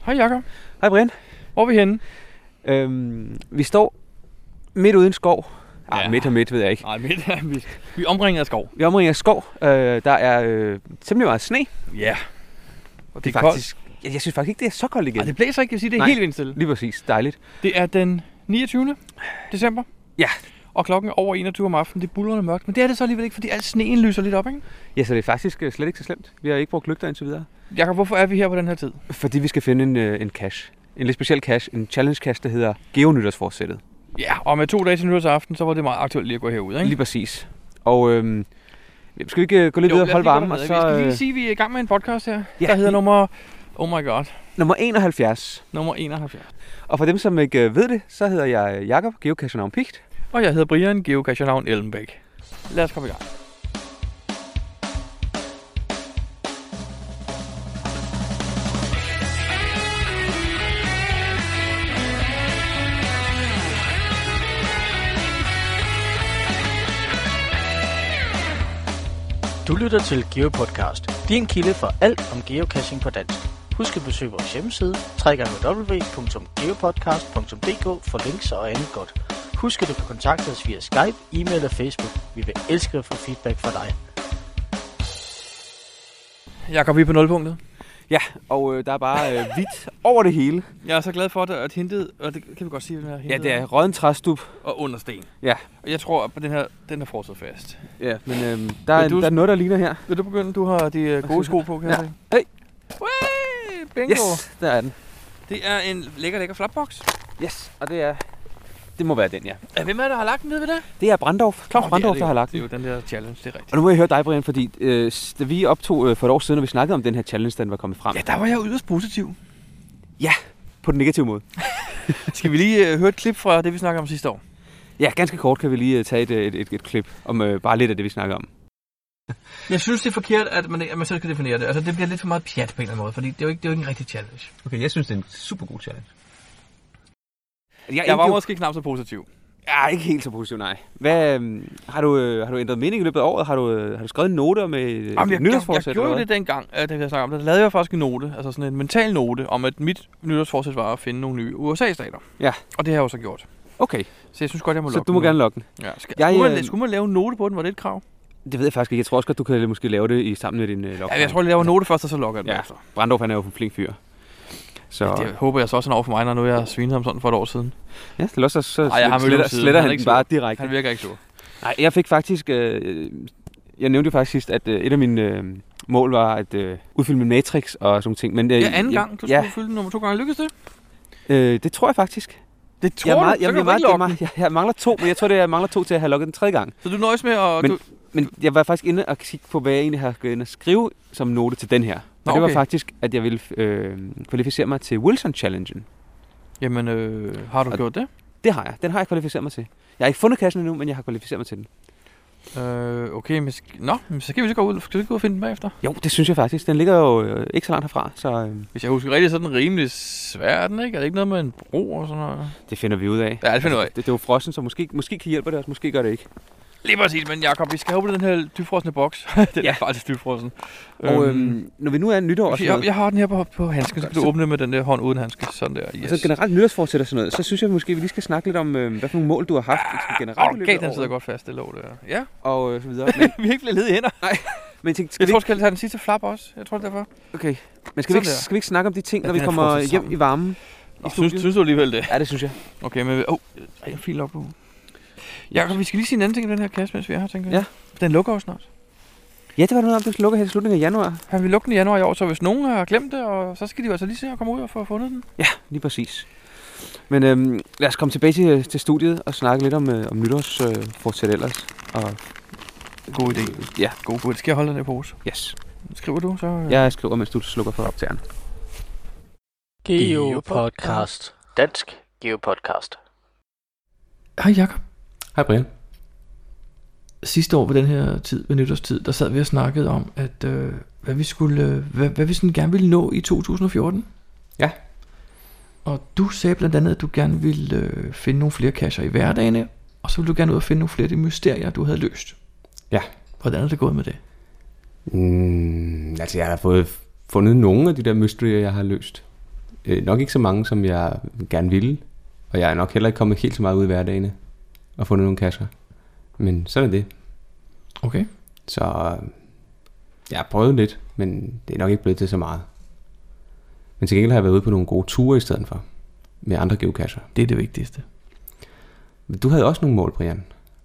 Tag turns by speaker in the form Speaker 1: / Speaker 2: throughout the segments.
Speaker 1: Hej Jakob.
Speaker 2: Hej Brian.
Speaker 1: Hvor er vi henne?
Speaker 2: Øhm, vi står midt uden skov. Ej,
Speaker 1: Ja.
Speaker 2: ja. midt og midt ved jeg ikke.
Speaker 1: Nej, midt er vi. Vi er omringet af skov.
Speaker 2: Vi omringer skov. Øh, der er øh, temmelig meget sne.
Speaker 1: Ja.
Speaker 2: Og
Speaker 1: Det er
Speaker 2: det er faktisk, jeg, jeg synes faktisk ikke, det er så koldt igen.
Speaker 1: Ej, det blæser ikke, jeg vil sige. Det er
Speaker 2: Nej.
Speaker 1: helt vindstille.
Speaker 2: Lige præcis. Dejligt.
Speaker 1: Det er den 29. december.
Speaker 2: Ja.
Speaker 1: Og klokken er over 21 om aftenen. Det er bullerende mørkt. Men det er det så alligevel ikke, fordi al sneen lyser lidt op, ikke?
Speaker 2: Ja, så det er faktisk øh, slet ikke så slemt. Vi har ikke brugt lygter indtil videre.
Speaker 1: Jakob, hvorfor er vi her på den her tid?
Speaker 2: Fordi vi skal finde en, øh, en cache. En lidt speciel cache. En challenge cache, der hedder Geonytårsforsættet.
Speaker 1: Ja, og med to dage til nytårsaften, så var det meget aktuelt lige at gå herud, ikke?
Speaker 2: Lige præcis. Og øhm, skal vi ikke øh, gå lidt videre og holde varmen? Og
Speaker 1: så... Vi skal
Speaker 2: øh,
Speaker 1: lige sige, at vi er i gang med en podcast her, ja,
Speaker 2: Ja,
Speaker 1: der hedder
Speaker 2: vi-
Speaker 1: nummer... Oh my god.
Speaker 2: nummer 71.
Speaker 1: Nummer 71.
Speaker 2: Og for dem, som ikke øh, ved det, så hedder jeg øh, Jakob Geocacher Pigt.
Speaker 1: Og jeg hedder Brian Geocacherlavn Ellenbæk. Lad os komme i gang.
Speaker 3: Du lytter til GeoPodcast, din kilde for alt om geocaching på dansk. Husk at besøge vores hjemmeside, www.geopodcast.dk for links og andet godt. Husk at du kan kontakte os via Skype, e-mail og Facebook. Vi vil elske at få feedback fra dig.
Speaker 1: Jakob, vi er på nulpunktet.
Speaker 2: Ja, og øh, der er bare øh, hvidt over det hele.
Speaker 1: Jeg er så glad for, at- at hintet, og det kan vi godt sige, den her hintet,
Speaker 2: Ja, det er rødden træstup.
Speaker 1: og understen.
Speaker 2: Ja.
Speaker 1: Og jeg tror, at den her, den er fortsat fast.
Speaker 2: Ja, men øh, der, er,
Speaker 1: Men du-
Speaker 2: der er noget, der ligner her.
Speaker 1: Vil du begynde? Du har de øh, gode sko på, kan jeg se.
Speaker 2: Ja. Hey.
Speaker 1: Hey, bingo. Yes.
Speaker 2: Yes, der er den.
Speaker 1: Det er en lækker, lækker flapbox.
Speaker 2: Yes, og det er... Det må være den, ja.
Speaker 1: Ja, Hvem er det, der har lagt den ned ved det?
Speaker 2: Det er Brandorf. Claus
Speaker 1: Nå,
Speaker 2: oh,
Speaker 1: det er
Speaker 2: Brandorf,
Speaker 1: det
Speaker 2: der
Speaker 1: jo.
Speaker 2: har lagt
Speaker 1: Det er
Speaker 2: den.
Speaker 1: jo den der challenge, det er rigtigt.
Speaker 2: Og nu må jeg høre dig, Brian, fordi øh, s- da vi optog øh, for et år siden, og vi snakkede om den her challenge, da den var kommet frem.
Speaker 1: Ja, der var jeg yderst positiv.
Speaker 2: På den negative måde.
Speaker 1: Skal vi lige øh, høre et klip fra det, vi snakkede om sidste år?
Speaker 2: Ja, ganske kort kan vi lige øh, tage et, øh, et, et, et klip om øh, bare lidt af det, vi snakker om.
Speaker 1: Jeg synes, det er forkert, at man, at man selv skal definere det. Altså, det bliver lidt for meget pjat på en eller anden måde, fordi det er jo ikke, det er jo ikke en rigtig challenge.
Speaker 2: Okay, jeg synes, det er en super god challenge. Jeg,
Speaker 1: Jeg var
Speaker 2: jo,
Speaker 1: måske knap så positiv.
Speaker 2: jeg er ikke helt så positiv, nej. Hvad, øh, har, du, øh, har du ændret mening i løbet af året? Har du, øh, har du skrevet noter med øh,
Speaker 1: Jamen, jeg, jeg,
Speaker 2: nytårsforsæt,
Speaker 1: jeg
Speaker 2: eller
Speaker 1: gjorde jo
Speaker 2: hvad?
Speaker 1: det dengang, at jeg snakkede om det. Der lavede jeg faktisk en note, altså sådan en mental note, om at mit nytårsforsæt var at finde nogle nye USA-stater.
Speaker 2: Ja.
Speaker 1: Og det har jeg jo så gjort.
Speaker 2: Okay,
Speaker 1: Så jeg synes godt, jeg må
Speaker 2: så
Speaker 1: lukke
Speaker 2: du må
Speaker 1: den nu.
Speaker 2: gerne lukke den.
Speaker 1: Ja, skal, jeg,
Speaker 2: Jeg,
Speaker 1: skulle, man,
Speaker 2: øh,
Speaker 1: skulle man lave en note på den? Var det et krav?
Speaker 2: Det ved jeg faktisk ikke. Jeg tror også godt, du kan måske lave det i sammen med din øh,
Speaker 1: Ja,
Speaker 2: lokke.
Speaker 1: jeg tror, jeg laver en note først, og så lukker jeg den
Speaker 2: Ja.
Speaker 1: efter.
Speaker 2: Brandorf, han er jo en flink fyr. Så
Speaker 1: Det håber jeg så også han er over for mig, når nu jeg svinede ham sådan for et år siden.
Speaker 2: ja, det låser, så
Speaker 1: Ej, jeg har
Speaker 2: Ej,
Speaker 1: ham
Speaker 2: sletter,
Speaker 1: ødelagt siden.
Speaker 2: sletter
Speaker 1: Han er
Speaker 2: han,
Speaker 1: ikke
Speaker 2: den
Speaker 1: sur.
Speaker 2: bare direkte.
Speaker 1: Han virker ikke sur.
Speaker 2: Nej, jeg fik faktisk... Øh, jeg nævnte jo faktisk sidst, at øh, et af mine øh, mål var at øh, udfylde min matrix og sådan nogle ting. Men, øh,
Speaker 1: Ja, anden
Speaker 2: jeg-
Speaker 1: gang. Du skulle
Speaker 2: Ja,
Speaker 1: fylde den nummer to gange. Lykkedes det?
Speaker 2: øh, det tror jeg faktisk.
Speaker 1: Det tror
Speaker 2: jeg,
Speaker 1: du?
Speaker 2: er meget,
Speaker 1: så
Speaker 2: jeg,
Speaker 1: kan
Speaker 2: jeg,
Speaker 1: du
Speaker 2: meget,
Speaker 1: ikke lokke
Speaker 2: jeg,
Speaker 1: den.
Speaker 2: meget, jeg, jeg mangler to, men jeg tror, det er, jeg mangler to til at have lukket den tredje gang.
Speaker 1: Så du nøjes med at...
Speaker 2: Men-
Speaker 1: du,
Speaker 2: Men jeg var faktisk inde og kigge på, hvad jeg egentlig har gået ind og skrive som note til den her. Og
Speaker 1: Nå,
Speaker 2: det var
Speaker 1: okay.
Speaker 2: faktisk, at jeg ville øh, kvalificere mig til Wilson-challengen.
Speaker 1: jamen, øh, har du
Speaker 2: Og-
Speaker 1: gjort det?
Speaker 2: Det har jeg. Den har jeg kvalificeret mig til. Jeg har ikke fundet kassen endnu, men jeg har kvalificeret mig til den.
Speaker 1: Øh, okay, men... sk- Nå, men så kan vi så gå ud, skal vi ikke gå ud og finde den bagefter.
Speaker 2: Jo, det synes jeg faktisk. Den ligger jo øh, ikke så langt herfra, så øh,
Speaker 1: Hvis jeg husker rigtigt, så er den rimelig svær, er den ikke? Er det ikke noget med en bro og sådan noget?
Speaker 2: det finder vi ud af. Altså,
Speaker 1: Ja, det finder jeg ud af.
Speaker 2: Det, det er jo frossen, så måske, måske kan hjælpe det også, måske gør det ikke.
Speaker 1: Lige præcis, men Jacob, vi skal have på den her dybfrosne boks. den ja. er
Speaker 2: Ja.
Speaker 1: faktisk dybfrossen.
Speaker 2: Og øh, når vi nu er nytår
Speaker 1: Øhm,
Speaker 2: og
Speaker 1: jeg,
Speaker 2: sådan
Speaker 1: jeg,
Speaker 2: noget,
Speaker 1: jeg har den her på, på handsken, så skal du åbne den med den der hånd uden handske. Sådan der, yes.
Speaker 2: og så generelt nytårsforsæt og sådan noget, så synes jeg måske, vi lige skal snakke lidt om, øh, hvad for nogle mål du har haft generelt i
Speaker 1: Okay,
Speaker 2: løbet af
Speaker 1: den sidder
Speaker 2: året,
Speaker 1: godt fast, det lå der. Ja,
Speaker 2: og øh, så videre. Men,
Speaker 1: vi er ikke blevet ledige hænder.
Speaker 2: men tænk, skal,
Speaker 1: Jeg
Speaker 2: vi
Speaker 1: tror,
Speaker 2: ikke,
Speaker 1: skal jeg tage den sidste flap også. Jeg tror, det er derfor.
Speaker 2: okay. men skal, vi ikke,
Speaker 1: Sådan der.
Speaker 2: skal vi ikke snakke om de ting,
Speaker 1: Ja,
Speaker 2: når vi
Speaker 1: den er
Speaker 2: kommer
Speaker 1: frosset
Speaker 2: hjem
Speaker 1: sammen.
Speaker 2: i varmen?
Speaker 1: Nå, synes,
Speaker 2: studiet.
Speaker 1: synes du alligevel det?
Speaker 2: Ja, det synes jeg.
Speaker 1: Okay, men... Åh, oh, en fin log på. Jacob, vi skal lige sige en anden ting i den her kasse, mens vi er her, tænker jeg. Ja. Den lukker jo snart.
Speaker 2: Ja, det var noget om, du lukker her i slutningen af januar.
Speaker 1: Han vil lukke den i januar i år, så hvis nogen har glemt det, og så skal de jo altså lige se at komme ud og få fundet den.
Speaker 2: Lige præcis. Men øhm, lad os komme tilbage til, til studiet og snakke lidt om, øh, om nytårsforsæt øh, fortsæt ellers. Og,
Speaker 1: God idé.
Speaker 2: Ja.
Speaker 1: God, god. Skal jeg holde den i pose?
Speaker 2: yes.
Speaker 1: Skriver du, så... øh,
Speaker 2: Jeg skriver, mens du slukker for optageren.
Speaker 3: GeoPodcast. Dansk GeoPodcast.
Speaker 1: Hej Jakob.
Speaker 4: Hej Brian.
Speaker 1: Sidste år ved den her tid, ved nytårstid, der sad vi og snakkede om, at øh, hvad vi skulle, øh, hvad, hvad vi sådan gerne ville nå i 2014.
Speaker 4: Ja.
Speaker 1: Og du sagde blandt andet, at du gerne ville øh, finde nogle flere kasser i hverdagene, og så ville du gerne ud og finde nogle flere af de mysterier, du havde løst.
Speaker 4: Ja.
Speaker 1: Hvordan er det gået med det?
Speaker 4: Mm, altså, jeg har fået fundet nogle af de der mysterier, jeg har løst.
Speaker 2: øh, nok ikke så mange, som jeg gerne ville. Og jeg er nok heller ikke kommet helt så meget ud i hverdagene og fundet nogle kasser. Men sådan er det.
Speaker 1: Okay.
Speaker 2: Så øh, jeg har prøvet lidt, men det er nok ikke blevet til så meget. Men til gengæld har jeg været ude på nogle gode ture i stedet for. Med andre geocacher.
Speaker 1: Det er det vigtigste.
Speaker 2: Men Du havde også nogle mål, Brian.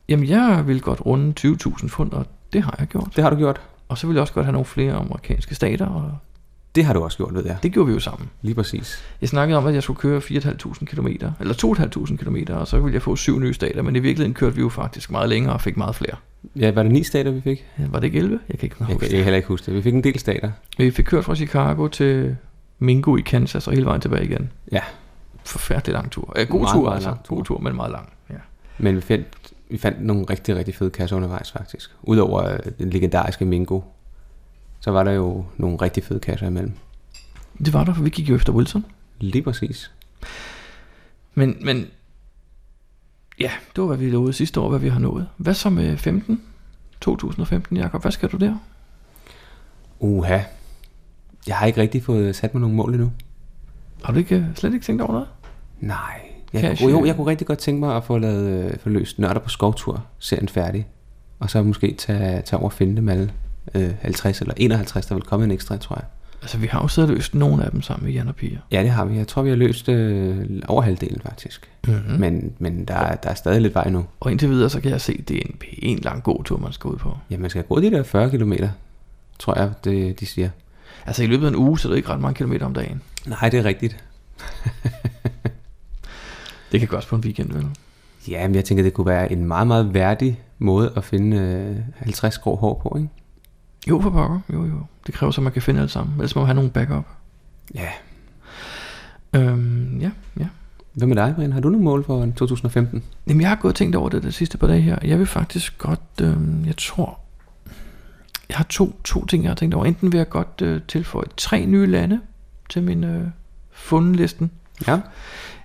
Speaker 1: Jamen, jeg vil godt runde 20.000 pund, og det har jeg gjort.
Speaker 2: Det har du gjort.
Speaker 1: Og så vil jeg også godt have nogle flere amerikanske stater, og
Speaker 2: Det har du også gjort, ved jeg.
Speaker 1: det gjorde vi jo sammen.
Speaker 2: Lige præcis.
Speaker 1: Jeg snakkede om, at jeg skulle køre 4.500 km, eller 2.500 km, og så ville jeg få syv nye stater, men i virkeligheden kørte vi jo faktisk meget længere og fik meget flere.
Speaker 2: Ja, var det ni stater, vi fik?
Speaker 1: Ja, Var det ikke 11? Jeg kan ikke
Speaker 2: Jeg
Speaker 1: huske
Speaker 2: kan, jeg
Speaker 1: det.
Speaker 2: kan heller ikke huske det. Vi fik en del stater.
Speaker 1: Vi fik kørt fra Chicago til Mingo i Kansas og hele vejen tilbage igen.
Speaker 2: Ja.
Speaker 1: Forfærdelig lang tur. Ja, god
Speaker 2: Meget,
Speaker 1: tur
Speaker 2: meget
Speaker 1: altså.
Speaker 2: lang tur.
Speaker 1: God tur, men meget lang. Ja.
Speaker 2: Men vi fandt, vi fandt nogle rigtig, rigtig fede kasser undervejs faktisk. Udover øh, den legendariske Mingo, så var der jo nogle rigtig fede kasser imellem.
Speaker 1: Det var der, for vi gik jo efter Wilson.
Speaker 2: Lige præcis.
Speaker 1: Men, men ja, det var hvad vi lovede sidste år, hvad vi har nået. Hvad så med 15? 2015, Jakob, hvad skal du der?
Speaker 2: Uha. Jeg har ikke rigtig fået sat mig nogle mål endnu.
Speaker 1: Har du ikke, øh, slet ikke tænkt over noget?
Speaker 2: Nej. Jeg
Speaker 1: Cash,
Speaker 2: kunne, jo,
Speaker 1: øh.
Speaker 2: jeg kunne rigtig godt tænke mig at få, lavet, øh, få løst Nørder på skovtur, serien færdig. Og så måske tage, tage over og finde dem alle. Øh, 50 eller 51, der vil komme en ekstra, tror jeg.
Speaker 1: Altså, vi har jo siddet og løst nogle af dem sammen med Jan og Pia.
Speaker 2: Ja, det har vi. Jeg tror, vi har løst øh, over halvdelen faktisk.
Speaker 1: Mm-hmm.
Speaker 2: Men, men der, er- der er stadig lidt vej nu.
Speaker 1: Og indtil videre, så kan jeg se, at det er en pæn lang god tur, man skal ud på.
Speaker 2: Ja, man skal gå de der 40 km, tror jeg, det, de siger.
Speaker 1: Altså, i løbet af en uge, så er det ikke ret mange kilometer om dagen.
Speaker 2: Nej, det er rigtigt.
Speaker 1: Det kan gøres på en weekend, vel?
Speaker 2: Ja, men jeg tænker, det kunne være en meget, meget værdig måde at finde øh, 50 grå hår på, ikke?
Speaker 1: Jo, for pokker. Jo, jo. Det kræver så, at man kan finde alle sammen. Ellers må man have nogle backup.
Speaker 2: Ja.
Speaker 1: Øhm, ja, ja.
Speaker 2: Hvad med dig, Brian? Har du nogle mål for 2015?
Speaker 1: Jamen, jeg har gået og tænkt over det de sidste par dage her. Jeg vil faktisk godt, øhm, jeg tror, jeg har to, to ting, jeg har tænkt over. Enten vil jeg godt øh, tilføje tre nye lande til min øh, fundenlisten,
Speaker 2: Ja.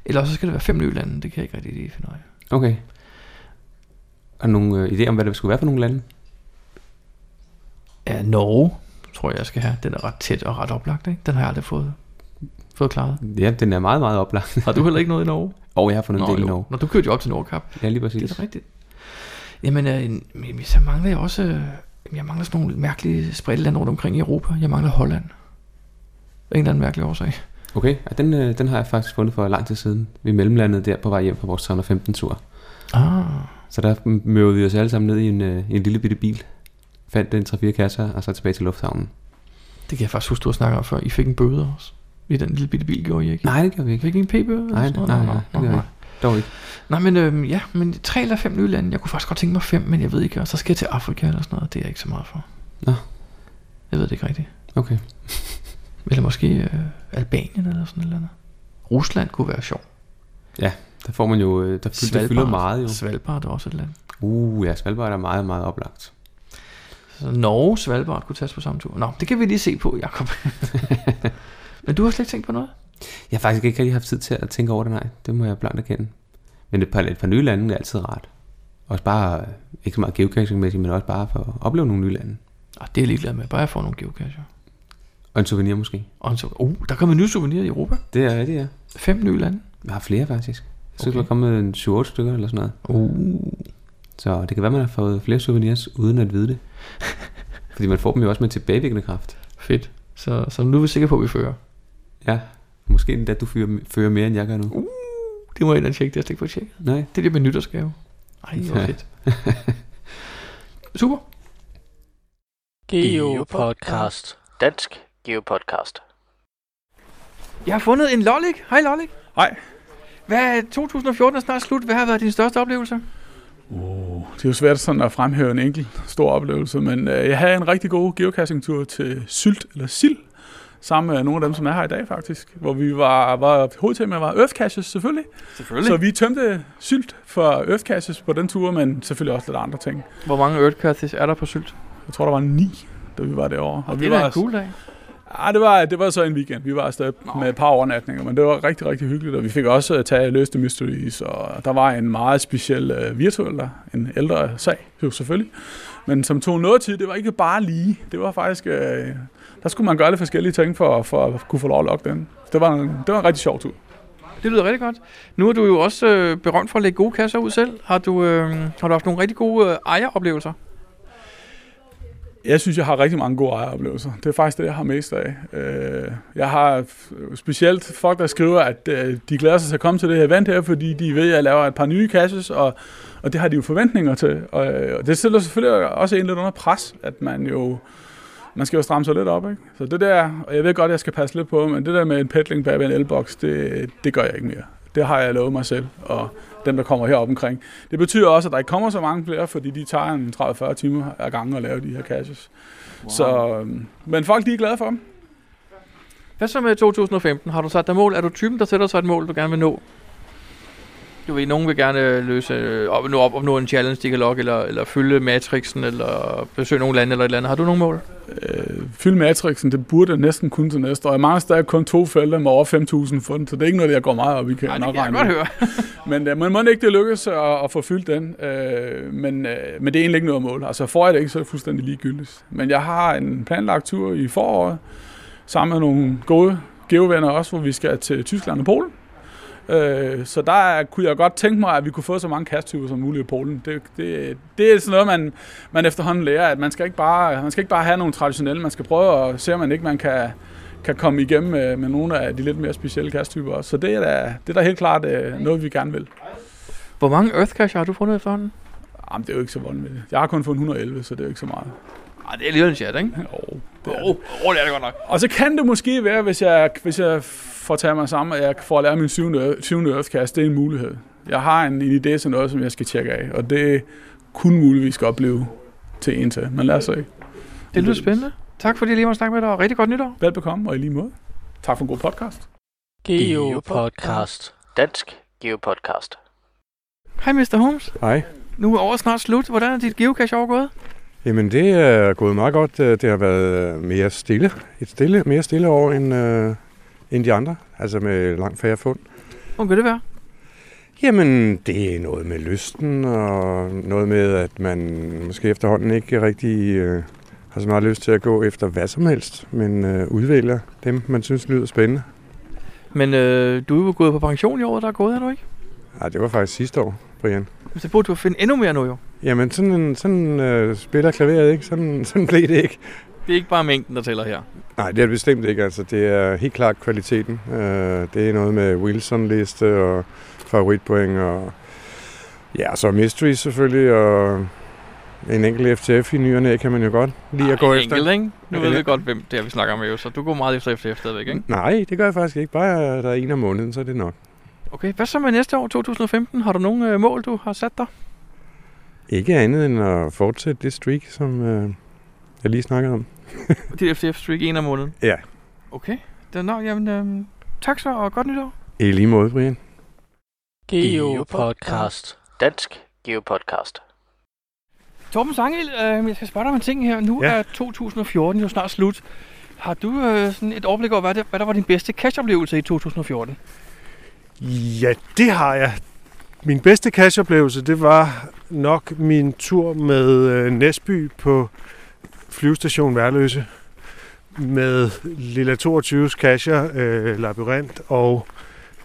Speaker 1: eller så skal det være fem nye lande. Det kan jeg ikke rigtig lige finde ud af.
Speaker 2: Okay. Har du nogle øh, idéer om, hvad det skulle være for nogle lande?
Speaker 1: Ja, Norge, tror jeg, jeg skal have. Den er ret tæt og ret oplagt, ikke? Den har jeg aldrig fået, fået klaret.
Speaker 2: Ja, den er meget, meget oplagt.
Speaker 1: Har du heller ikke noget i Norge?
Speaker 2: Og jeg har fundet en del i
Speaker 1: jo.
Speaker 2: Norge.
Speaker 1: Nå, du kørte jo op til Nordkap.
Speaker 2: Ja, lige
Speaker 1: Det er
Speaker 2: præcis.
Speaker 1: da rigtigt. Jamen, øh, men så mangler jeg også... øh, Jeg mangler sådan nogle mærkelige spredte lande rundt omkring i Europa. Jeg mangler Holland. Af en eller anden mærkelig årsag.
Speaker 2: Okay, ja, den, øh, den har jeg faktisk fundet for lang tid siden. Vi mellemlandede der på vej hjem fra vores 315-tur.
Speaker 1: Ah,
Speaker 2: Så der mødte vi os alle sammen ned i en, øh, i en lille bitte bil. Fandt en 3-4 kasser, og så tilbage til lufthavnen.
Speaker 1: det kan jeg faktisk huske, du har snakket om før. I fik en bøde også. I den lille bitte bil gjorde I ikke?
Speaker 2: Nej, det gjorde vi
Speaker 1: I
Speaker 2: ikke.
Speaker 1: fik ikke en p-bøde?
Speaker 2: Nej, nej, nej, det gør jeg ikke. Dog ikke.
Speaker 1: Nej, men øhm, ja, men tre eller fem nye lande. Jeg kunne faktisk godt tænke mig fem, men jeg ved ikke. Og så skal jeg til Afrika eller sådan noget. Det er jeg ikke så meget for.
Speaker 2: Nå.
Speaker 1: Jeg ved det ikke rigtigt.
Speaker 2: Okay.
Speaker 1: Eller måske øh, Albanien eller sådan et eller andet. Rusland kunne være sjov.
Speaker 2: Der får man jo, øh, der fylder, det fylder meget jo.
Speaker 1: Svalbard er også et land.
Speaker 2: Uh, ja, Svalbard er meget, meget oplagt.
Speaker 1: Så Norge, Svalbard kunne tages på samme tur. Nå, det kan vi lige se på, Jakob. Men du har slet ikke tænkt på noget?
Speaker 2: Jeg har faktisk ikke rigtig haft tid til at tænke over det, nej. Det må jeg blankt erkende. Men et par, et par nye lande er altid rart. Også bare, øh, ikke så meget geocaching-mæssigt, men også bare for at opleve nogle nye lande.
Speaker 1: Ah, det er jeg ligeglad med. Bare jeg får nogle geocacher.
Speaker 2: Og en souvenir måske.
Speaker 1: Og en så, oh, der kommer nye souvenirer i Europa.
Speaker 2: Det er rigtigt, ja.
Speaker 1: Fem nye lande.
Speaker 2: Jeg har flere faktisk. Jeg synes,
Speaker 1: Okay.
Speaker 2: okay. der er kommet en 7-8 stykker eller sådan noget.
Speaker 1: Uh.
Speaker 2: Så det kan være, man har fået flere souvenirs uden at vide det. Fordi man får dem jo også med tilbagevirkende kraft.
Speaker 1: Fedt. Så, så nu er vi sikre på, at vi fører.
Speaker 2: Ja, måske endda du fører, fører mere, end jeg gør nu.
Speaker 1: Uh. Det må jeg ind og tjekke. Det har jeg slet ikke fået tjekket.
Speaker 2: Nej.
Speaker 1: Det bliver min nytårsgave. Ej, hvor
Speaker 2: Ja.
Speaker 1: fedt. Super.
Speaker 5: Geopodcast. Dansk Geopodcast.
Speaker 1: Jeg har fundet en lollik. Hej lollik.
Speaker 6: Hej.
Speaker 1: Hvad er 2014 er snart slut? Hvad har været din største oplevelse?
Speaker 6: Det er jo svært sådan at fremhæve en enkelt stor oplevelse, men øh, jeg havde en rigtig god geocaching-tur til Sylt eller Sild, sammen med nogle af dem, som er her i dag faktisk, hvor vi var, var hovedtemaet var Earth Caches selvfølgelig.
Speaker 7: Selvfølgelig.
Speaker 6: Så vi tømte Sylt for Earth Caches på den tur, men selvfølgelig også lidt andre ting.
Speaker 1: Hvor mange earthcurses er der på Sylt?
Speaker 6: Jeg tror, der var ni, da vi var derovre. Og vi
Speaker 1: det var
Speaker 6: var,
Speaker 1: en cool dag.
Speaker 6: Ah, det var, det var så en weekend. Vi var afsted med et par overnatninger, men det var rigtig, rigtig hyggeligt, og vi fik også øh, tage løste mysteries, og der var en meget speciel uh, virtuel der, en ældre sag, jo selvfølgelig, men som tog noget tid, det var ikke bare lige, det var faktisk uh, der skulle man gøre lidt forskellige ting for, for at kunne få lov at logge den. Det var, en, det var en rigtig sjov tur.
Speaker 1: Det lyder rigtig godt. Nu er du jo også øh, berømt for at lægge gode kasser ud selv. Har du, øh, har du haft nogle rigtig gode øh, ejeroplevelser?
Speaker 6: Jeg synes, jeg har rigtig mange gode ejeroplevelser. Det er faktisk det, jeg har mest af. Øh, Jeg har f- specielt folk, der skriver, at øh, de glæder sig til at komme til det her event her, fordi de ved, at jeg laver et par nye kasses, og, og det har de jo forventninger til. Og øh, og det stiller selvfølgelig også en lidt under pres, at man jo man skal jo stramme sig lidt op. Ikke? Så det der, og jeg ved godt, at jeg skal passe lidt på, men det der med en pedling bag ved en elbox, det, det gør jeg ikke mere. Det har jeg lovet mig selv, og dem, der kommer herop omkring. Det betyder også, at der ikke kommer så mange flere, fordi de tager en 30-40 timer ad gangen at lave de her caches. Wow. Så, øhm, men folk, de er glade for dem.
Speaker 1: Hvad så med 2015? Har du sat dig mål? Er du typen, der sætter sig et mål, du gerne vil nå? Du ved, nogen vil gerne øh, løse, øh, op, nå, op, opnå en challenge, de kan logge, eller, eller følge matrixen, eller besøge nogle lande, eller et eller andet. Har du nogle mål?
Speaker 6: Øh, fyld matrixen, det burde jeg næsten kun til næste år. Jeg mangler stadig kun to felter med over 5.000 fund, så det er ikke noget, jeg går meget op i. Kan
Speaker 1: Nej,
Speaker 6: jeg
Speaker 1: det
Speaker 6: nok
Speaker 1: kan jeg
Speaker 6: regne
Speaker 1: godt
Speaker 6: ud.
Speaker 1: høre.
Speaker 6: Men øh, man må ikke det lykkes at, at få fyldt den. Øh, men, øh, men det er egentlig ikke noget mål. Altså får jeg det ikke, så er det fuldstændig ligegyldigt. Men jeg har en planlagt tur i foråret, sammen med nogle gode geovenner også, hvor vi skal til Tyskland og Polen. Øh, så der kunne jeg godt tænke mig, at vi kunne få så mange kasttyper som muligt i Polen. Det, det, det er sådan noget, man, man efterhånden lærer, at man skal, ikke bare, man skal ikke bare have nogle traditionelle, man skal prøve at se, om man ikke man kan, kan komme igennem med, med nogle af de lidt mere specielle kasttyper. også. Så det er da, det er da helt klart øh, noget, vi gerne vil.
Speaker 1: Hvor mange Earthcash har du fundet efterhånden?
Speaker 6: Jamen, det er jo ikke så vanvittigt. Jeg har kun fået 111, så det er jo ikke så meget.
Speaker 1: Ej, det er alligevel en chat, ikke?
Speaker 6: Jo, det
Speaker 1: Åh,
Speaker 6: er
Speaker 1: oh, oh, det er det godt nok.
Speaker 6: Og så kan det måske være, hvis jeg, hvis jeg får taget mig sammen, at jeg får lært min syvende, syvende Earthcast. Det er en mulighed. Jeg har en, en idé til noget, som jeg skal tjekke af, og det kunne muligvis godt blive til en til. Men lad os se.
Speaker 1: Det lyder spændende. Tak fordi jeg lige måtte snakke med dig, og rigtig godt nytår.
Speaker 6: Velbekomme, og i lige måde. Tak for en god podcast.
Speaker 5: Geo Podcast. Dansk Geo Podcast.
Speaker 1: Hej Mr. Holmes.
Speaker 8: Hej.
Speaker 1: Nu er året snart slut. Hvordan er dit geocache år gået?
Speaker 8: Jamen, det er gået meget godt. Øh, Det har været mere stille. Et stille, mere stille år end, øh, end de andre. Altså med langt færre fund.
Speaker 1: Hvordan kan det være?
Speaker 8: Jamen, det er noget med lysten, og noget med, at man måske efterhånden ikke rigtig øh, har så meget lyst til at gå efter hvad som helst, men øh, udvælger dem, man synes lyder spændende.
Speaker 1: Men øh, du er jo gået på pension i året, der er gået, er du ikke?
Speaker 8: Ej, det var faktisk sidste år, Brian.
Speaker 1: Så burde du finde endnu mere nu jo.
Speaker 8: Jamen, sådan, en- sådan øh, spiller klaveret ikke. Sådan, sådan blev det ikke.
Speaker 1: Det er ikke bare mængden, der tæller her.
Speaker 8: Nej, det er det bestemt ikke. Altså, det er helt klart kvaliteten. Øh, det er noget med Wilson-liste og favoritpoint og ja, og så mystery selvfølgelig og en enkelt FTF i nyerne kan man jo godt lige at gå
Speaker 1: Ej,
Speaker 8: efter.
Speaker 1: enkelt, ikke? Nu ved
Speaker 8: Ja.
Speaker 1: vi godt, hvem det er, vi snakker om jo, så du går meget efter FTF stadigvæk, ikke?
Speaker 8: Nej, det gør jeg faktisk ikke. Bare der er en om måneden, så er det nok.
Speaker 1: Okay, hvad så med næste år, 2015? Har du nogle øh, mål, du har sat dig?
Speaker 8: Ikke andet end at fortsætte det streak, som øh, jeg lige snakkede om.
Speaker 1: Dit FTF-streak en af måneden?
Speaker 8: Ja.
Speaker 1: Okay, det, nå, jamen, øh, tak så, og godt nytår.
Speaker 8: I lige måde, Brian.
Speaker 5: Geo Podcast. Dansk Geo Podcast.
Speaker 1: Torben Sangel, øh, jeg skal spørge dig om en ting her. Nu ja.
Speaker 8: Ja.
Speaker 1: er 2014 jo snart slut. Har du øh, sådan et overblik over, hvad, det, hvad der var din bedste cash-oplevelse i 2014?
Speaker 9: Ja, det har jeg. Min bedste cash-oplevelse, det var nok min tur med øh, Næsby på flyvestation Værløse med Lilla 22's casher, øh, labyrint og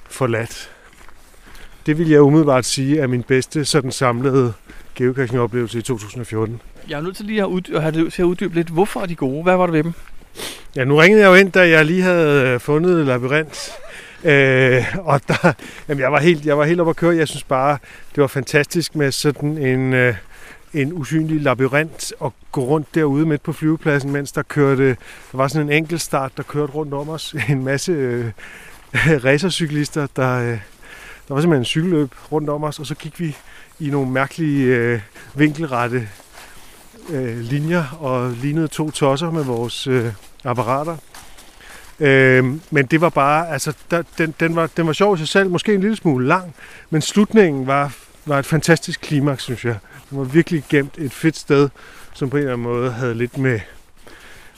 Speaker 9: forladt. Det vil jeg umiddelbart sige er min bedste sådan samlede geocaching-oplevelse i 2014.
Speaker 1: Jeg er nødt til lige at, ud, at have det til at uddybe lidt, hvorfor er de gode? Hvad var der ved dem?
Speaker 9: Ja, nu ringede jeg jo ind, da jeg lige havde øh, fundet labyrint. Øh, og der, jamen, jeg, var helt, jeg var helt oppe at køre. Jeg synes bare, det var fantastisk med sådan en, øh, en usynlig labyrint og gå rundt derude midt på flyvepladsen, mens der kørte, der var sådan en enkeltstart, der kørte rundt om os. En masse øh, racercyklister, der, øh, der var simpelthen en cykelløb rundt om os, og så gik vi i nogle mærkelige øh, vinkelrette øh, linjer og lignede to tosser med vores øh, apparater. Øhm, men det var bare, altså, der, den, den, var, den var sjov i sig selv, måske en lille smule lang, men slutningen var, var et fantastisk klimaks, synes jeg. Den var virkelig gemt et fedt sted, som på en eller anden måde havde lidt med,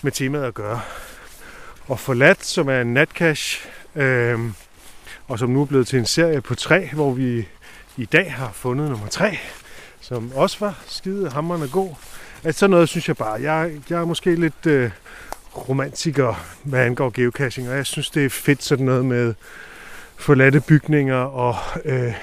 Speaker 9: med temaet at gøre. Og Forladt, som er en natcash, øhm, og som nu er blevet til en serie på tre, hvor vi i dag har fundet nummer tre, som også var skide hammerende god. Altså sådan noget synes jeg bare, jeg, jeg er måske lidt... Øh, romantiker, hvad angår geocaching, og jeg synes, det er fedt sådan noget med forladte bygninger og øh,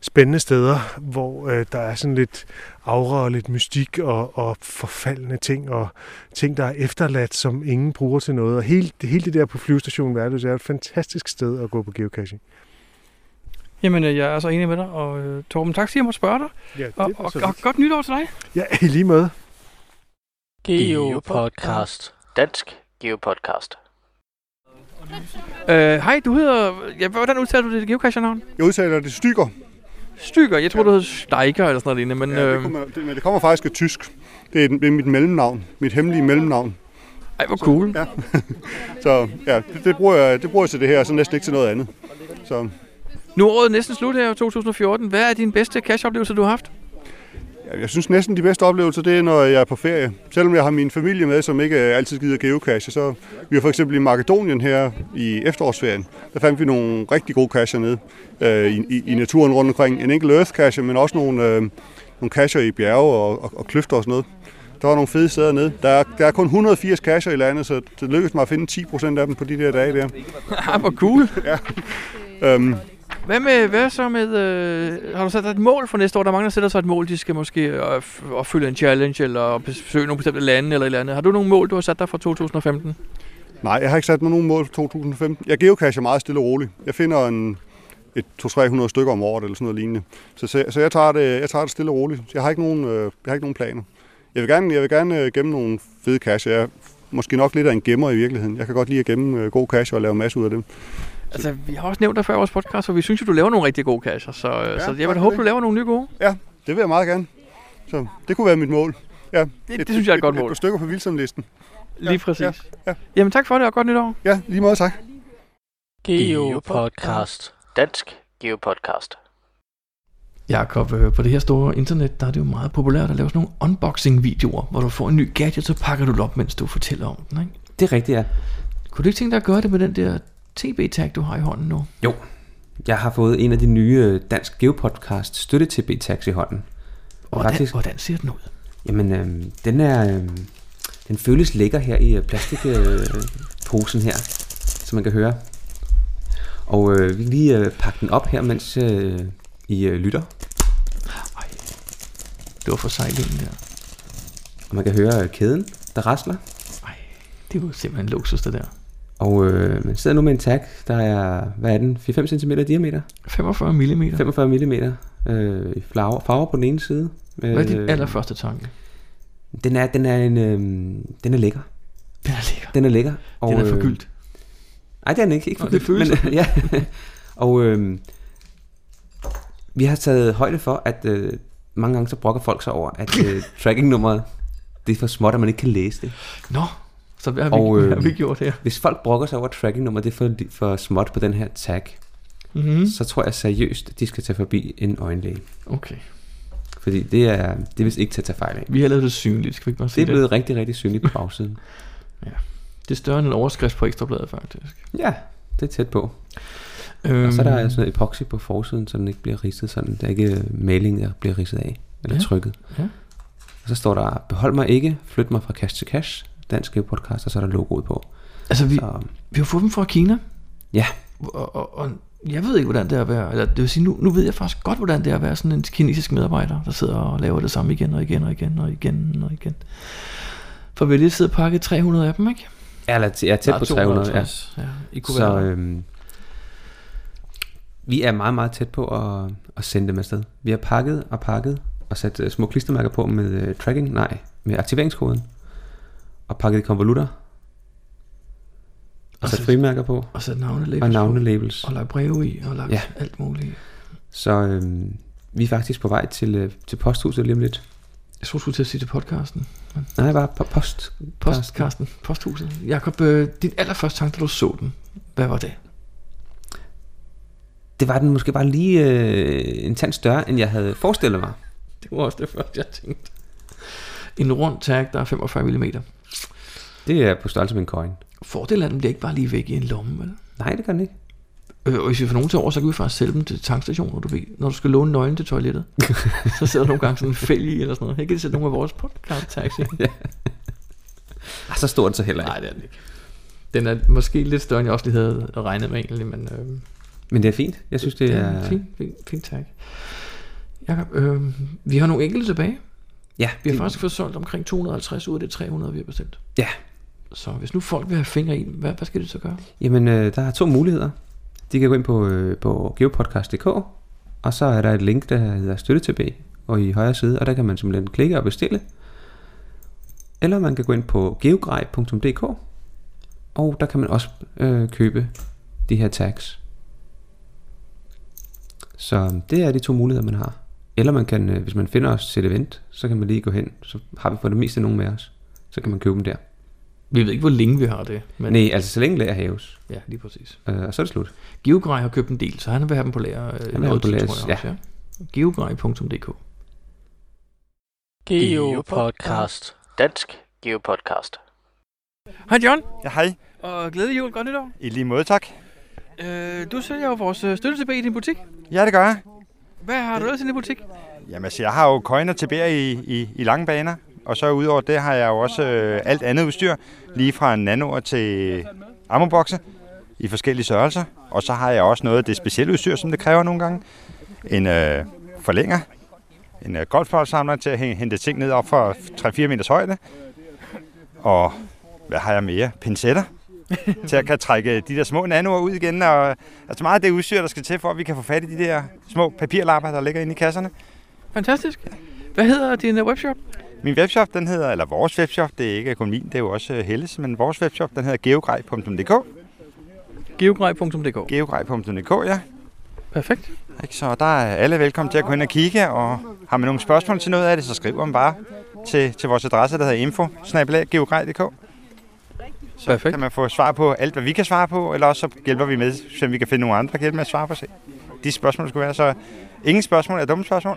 Speaker 9: spændende steder, hvor øh, der er sådan lidt aura og lidt mystik og, og forfaldende ting, og ting, der er efterladt, som ingen bruger til noget. Og hele, det- hele det der på flyvestationen Værløs er et fantastisk sted at gå på geocaching.
Speaker 10: Jamen, øh, jeg er så enig med dig, og øh, Torben, tak fordi jeg måtte spørge dig,
Speaker 9: Ja, det
Speaker 10: og,
Speaker 9: var
Speaker 10: og,
Speaker 9: så
Speaker 10: og
Speaker 9: lidt.
Speaker 10: godt nytår til dig.
Speaker 9: Ja, i lige måde.
Speaker 5: Geo Podcast. Dansk Geo Podcast.
Speaker 10: Øh, Hej, du hedder... Ja, hvordan udtaler du dit geocacher-navn?
Speaker 11: Jeg udtaler det stykker.
Speaker 10: Stykker, jeg tror, du hedder Steiker eller sådan noget lignende, men...
Speaker 11: Ja, det
Speaker 10: Øh,
Speaker 11: kommer, det, men det kommer faktisk af tysk. Det er, det er mit mellemnavn. Mit hemmelige mellemnavn.
Speaker 10: ej, hvor cool.
Speaker 11: Ja. så ja, det, det, bruger jeg, det bruger jeg til det her, og så næsten ikke til noget andet. Så
Speaker 10: Nu er året næsten slut her, 2014. Hvad er din bedste cash-oplevelse, du har haft?
Speaker 11: ja, jeg synes næsten de bedste oplevelser, det er, når jeg er på ferie. Selvom jeg har min familie med, som ikke øh, altid gider geocache, så vi var for eksempel i Makedonien her i efterårsferien. Der fandt vi nogle rigtig gode cacher nede øh, i, i, i, naturen rundt omkring. En enkelt earth cache, men også nogle, øh, nogle cacher i bjerge og, og, og kløfter og sådan noget. Der var nogle fede steder nede. Der er, der er kun 180 cacher i landet, så det lykkedes mig at finde 10% af dem på de der dage der.
Speaker 10: Ah, hvor cool.
Speaker 11: Øhm,
Speaker 10: Hvad, med, hvad så med... Øh, har du sat dig et mål for næste år? Der er mange, der sætter sig et mål. De skal måske øh, f- opfylde en challenge, eller besøge nogle bestemte lande, eller et eller andet. Har du nogle mål, du har sat dig for 2015?
Speaker 11: nej, jeg har ikke sat mig nogen mål for 2015. Jeg geocacher meget stille og roligt. Jeg finder en, et 200-300 stykker om året eller sådan noget lignende. Så, så, så jeg, tager det, jeg tager det stille og roligt. Jeg har ikke nogen, øh, jeg har ikke nogen planer. Jeg vil gerne, jeg vil gerne øh, gemme nogle fede cacher. Jeg er måske nok lidt af en gemmer i virkeligheden. Jeg kan godt lide at gemme øh, gode cacher og lave masser ud af dem.
Speaker 10: Altså, vi har også nævnt dig før i vores podcast, for vi synes jo, du laver nogle rigtig gode kasser. Så, ja, så
Speaker 11: tak
Speaker 10: jeg
Speaker 11: for
Speaker 10: vil håbe,
Speaker 11: det.
Speaker 10: du laver nogle nye gode.
Speaker 11: Det vil jeg meget gerne. Så det kunne være mit mål. Ja, et,
Speaker 10: Det, det synes jeg er et godt
Speaker 11: Et,
Speaker 10: mål.
Speaker 11: et, et stykker på vildsomlisten.
Speaker 10: Lige præcis.
Speaker 11: ja.
Speaker 10: Jamen, tak for det, og godt nytår.
Speaker 11: Ja, lige måde tak.
Speaker 5: Geo Podcast. Dansk Geo Podcast.
Speaker 1: Jakob, øh, på det her store internet, der er det jo meget populært at lave sådan nogle unboxing-videoer, hvor du får en ny gadget, så pakker du det op, mens du fortæller om den, ikke?
Speaker 2: Det er rigtigt, ja.
Speaker 1: Kunne du ikke tænke dig at gøre det med den der TB-tag, du har i hånden nu?
Speaker 2: Jeg har fået en af de nye øh, Dansk Geopodcast støtte til B-Tax i hånden. Og
Speaker 1: Hvordan,
Speaker 2: faktisk,
Speaker 1: hvordan ser den ud?
Speaker 2: jamen, øh, den er, øh, den føles lækker her i plastikposen øh, posen her, som man kan høre. Og øh, vi kan lige øh, pakke den op her, mens øh, I øh, lytter.
Speaker 1: Ej, det var for sejlingen der.
Speaker 2: Og man kan høre øh, kæden, der rasler.
Speaker 1: Ej, det var simpelthen luksus, det der.
Speaker 2: Og øh, man sidder nu med en tag, der er, hvad er den, 4-5 cm i diameter,
Speaker 1: 45 mm.
Speaker 2: 45 mm øh, i farver, farver på den ene side. Øh,
Speaker 1: Hvad er din allerførste tanke?
Speaker 2: Den er, den er, en, øh, den er lækker.
Speaker 1: Den er lækker.
Speaker 2: Den er lækker. Og,
Speaker 1: Den er
Speaker 2: øh,
Speaker 1: forgyldt.
Speaker 2: Nej, det er den ikke. Ikke
Speaker 1: Nå,
Speaker 2: forgyldt.
Speaker 1: det føles
Speaker 2: men, øh, ja. Og øh, vi har taget højde for, at øh, mange gange så brokker folk sig over, at øh, trackingnummeret, det er for småt, at man ikke kan læse det.
Speaker 1: Nå, så hvad har, vi,
Speaker 2: Og,
Speaker 1: og, øh,
Speaker 2: øh,
Speaker 1: hvad har vi gjort her?
Speaker 2: Hvis folk brokker sig over, at trackingnummeret det er for, for småt på den her tag,
Speaker 1: Mm-hmm.
Speaker 2: så tror jeg seriøst, at de skal tage forbi en øjenlæge.
Speaker 1: Okay,
Speaker 2: Fordi det er, det er vist ikke til at tage fejl af.
Speaker 1: vi har lavet det synligt, skal vi ikke bare
Speaker 2: Det
Speaker 1: sige
Speaker 2: er
Speaker 1: det? Det,
Speaker 2: blevet rigtig, rigtig synligt på bagsiden.
Speaker 1: det er større end en overskrift på Ekstrabladet, faktisk.
Speaker 2: ja, det er tæt på.
Speaker 1: Øhm,
Speaker 2: Og så er der sådan noget epoxy på forsiden, så den ikke bliver ridset sådan. Der er ikke øh, maling, der bliver ridset af eller
Speaker 1: Ja.
Speaker 2: ja. trykket.
Speaker 1: Ja.
Speaker 2: Og så står der, behold mig ikke, flyt mig fra cash til cash, dansk podcast, og så er der logoet på.
Speaker 1: Altså, vi,
Speaker 2: Så,
Speaker 1: vi har fået dem fra Kina.
Speaker 2: Ja.
Speaker 1: Og, og, og jeg ved ikke, hvordan det er at være, eller det vil sige, nu, nu ved jeg faktisk godt, hvordan det er at være sådan en kinesisk medarbejder, der sidder og laver det samme igen og igen og igen og igen og igen. For vi har lige siddet og pakket 300 af dem, ikke?
Speaker 2: ja, eller t- ja, tæt
Speaker 1: Nej,
Speaker 2: på 300. Ja.
Speaker 1: 250, ja. I kunne så,
Speaker 2: Så
Speaker 1: være,
Speaker 2: øhm, vi er meget, meget tæt på at, at sende dem afsted. Vi har pakket og pakket og sat øh, små klistermærker på med øh, tracking, nej, med aktiveringskoden. Og pakket i konvolutter. Og
Speaker 1: Og
Speaker 2: sat
Speaker 1: så-
Speaker 2: frimærker på.
Speaker 1: og så navnelabels
Speaker 2: Og
Speaker 1: på,
Speaker 2: navnelabels.
Speaker 1: og lagt breve i, og lagt ja.
Speaker 2: Ja.
Speaker 1: alt muligt.
Speaker 2: Så øhm, vi er faktisk på vej til, øh, til posthuset lige om lidt.
Speaker 1: Jeg tror, du skulle til at sige til podcasten.
Speaker 2: Nej, bare po- post.
Speaker 1: Postkasten, posthuset. Jakob, øh, din allerførste tanke, da du så den, hvad var det?
Speaker 2: Det var den måske bare lige øh, en tand større, end jeg havde forestillet mig.
Speaker 1: Det var også det første, jeg tænkte. En rund tag, der er 45 mm.
Speaker 2: Det er på størrelse med en coin.
Speaker 1: Fordelen af den bliver ikke bare lige væk i en lomme, vel?
Speaker 2: Nej, det gør den ikke.
Speaker 1: Øh, og hvis vi får nogen til over, så kan vi faktisk sælge dem til tankstationer, du ved. Når du skal låne nøglen til toilettet, så sidder der nogle gange sådan en fælge i eller sådan noget. Her kan de sætte nogle af vores podcast tags i.
Speaker 2: Ah, så stor er den så heller ikke.
Speaker 1: Nej, det er den ikke. Den er måske lidt større, end jeg også lige havde regnet med egentlig, men... Øh,
Speaker 2: Men det er fint. Jeg synes, det
Speaker 1: ja,
Speaker 2: er...
Speaker 1: fint, fint, fint, tak. Jakob, øh, vi har nogle enkelte tilbage.
Speaker 2: Ja,
Speaker 1: Vi har
Speaker 2: det-
Speaker 1: faktisk fået solgt omkring 250 ud af det 300, vi har bestilt.
Speaker 2: Ja.
Speaker 1: Så hvis nu folk vil have fingre i, hvad, hvad skal de så gøre?
Speaker 2: Jamen, øh, der er to muligheder. De kan gå ind på, øh, på geopodcast.dk, og så er der et link, der hedder støtte til B, og i højre side, og der kan man simpelthen klikke og bestille. Eller man kan gå ind på geogrej.dk, og der kan man også øh, købe de her tags. Så um, det er de to muligheder, man har. Eller man kan, øh, hvis man finder os til et event, så kan man lige gå hen, så har vi for det meste nogen med os. Så kan man købe dem der.
Speaker 1: Vi ved ikke, hvor længe vi har det. Men
Speaker 2: Nej, altså så længe lager hæves,
Speaker 1: Ja, lige præcis.
Speaker 2: øh, og så er det slut.
Speaker 1: Geogrej har købt en del, så han vil have dem på lager. Øh, noget
Speaker 2: have dem på
Speaker 1: tid,
Speaker 2: lager,
Speaker 1: tror jeg også,
Speaker 2: ja.
Speaker 1: ja. Geogrej.dk
Speaker 5: Geopodcast. Dansk Geopodcast.
Speaker 10: Hej John,
Speaker 12: Ja, hej.
Speaker 10: og glædelig jul, godt nytår.
Speaker 12: I lige måde, tak.
Speaker 10: Øh, du sælger jo vores øh, støtte til B i din butik.
Speaker 12: Ja, det gør jeg.
Speaker 10: Hvad har du ellers i din butik?
Speaker 12: Jamen, altså, jeg har jo coiner til bær i, i, i lange baner. Og så udover det har jeg jo også øh, alt andet udstyr. Lige fra nanoer til ammobokse i forskellige størrelser. Og så har jeg også noget af det specielle udstyr, som det kræver nogle gange. En øh, forlænger. En øh, golfboldsamler til at hæ- hente ting ned op fra 3-4 meters højde. Og hvad har jeg mere? Pincetter til at kan trække de der små nanoer ud igen. Og, altså meget af det udstyr, der skal til, for at vi kan få fat i de der små papirlapper, der ligger inde i kasserne.
Speaker 10: Fantastisk. Hvad hedder din øh, webshop?
Speaker 12: Min webshop, den hedder, eller vores webshop, det er ikke kun min, det er jo også øh, Helles, men vores webshop, den hedder geogrej.dk.
Speaker 10: geogrej.dk.
Speaker 12: Geogrej.dk, ja.
Speaker 10: Perfekt.
Speaker 12: Ikke, Så der er alle velkommen til at gå ind og kigge, og har man nogle spørgsmål til noget af det, så skriv om bare til, til vores adresse, der hedder info Så
Speaker 10: Perfekt.
Speaker 12: kan man få svar på alt, hvad vi kan svare på, eller også så hjælper vi med, så vi kan finde nogle andre, der kan hjælpe med at svare på sig. De spørgsmål der skulle være, så ingen spørgsmål er dumme spørgsmål.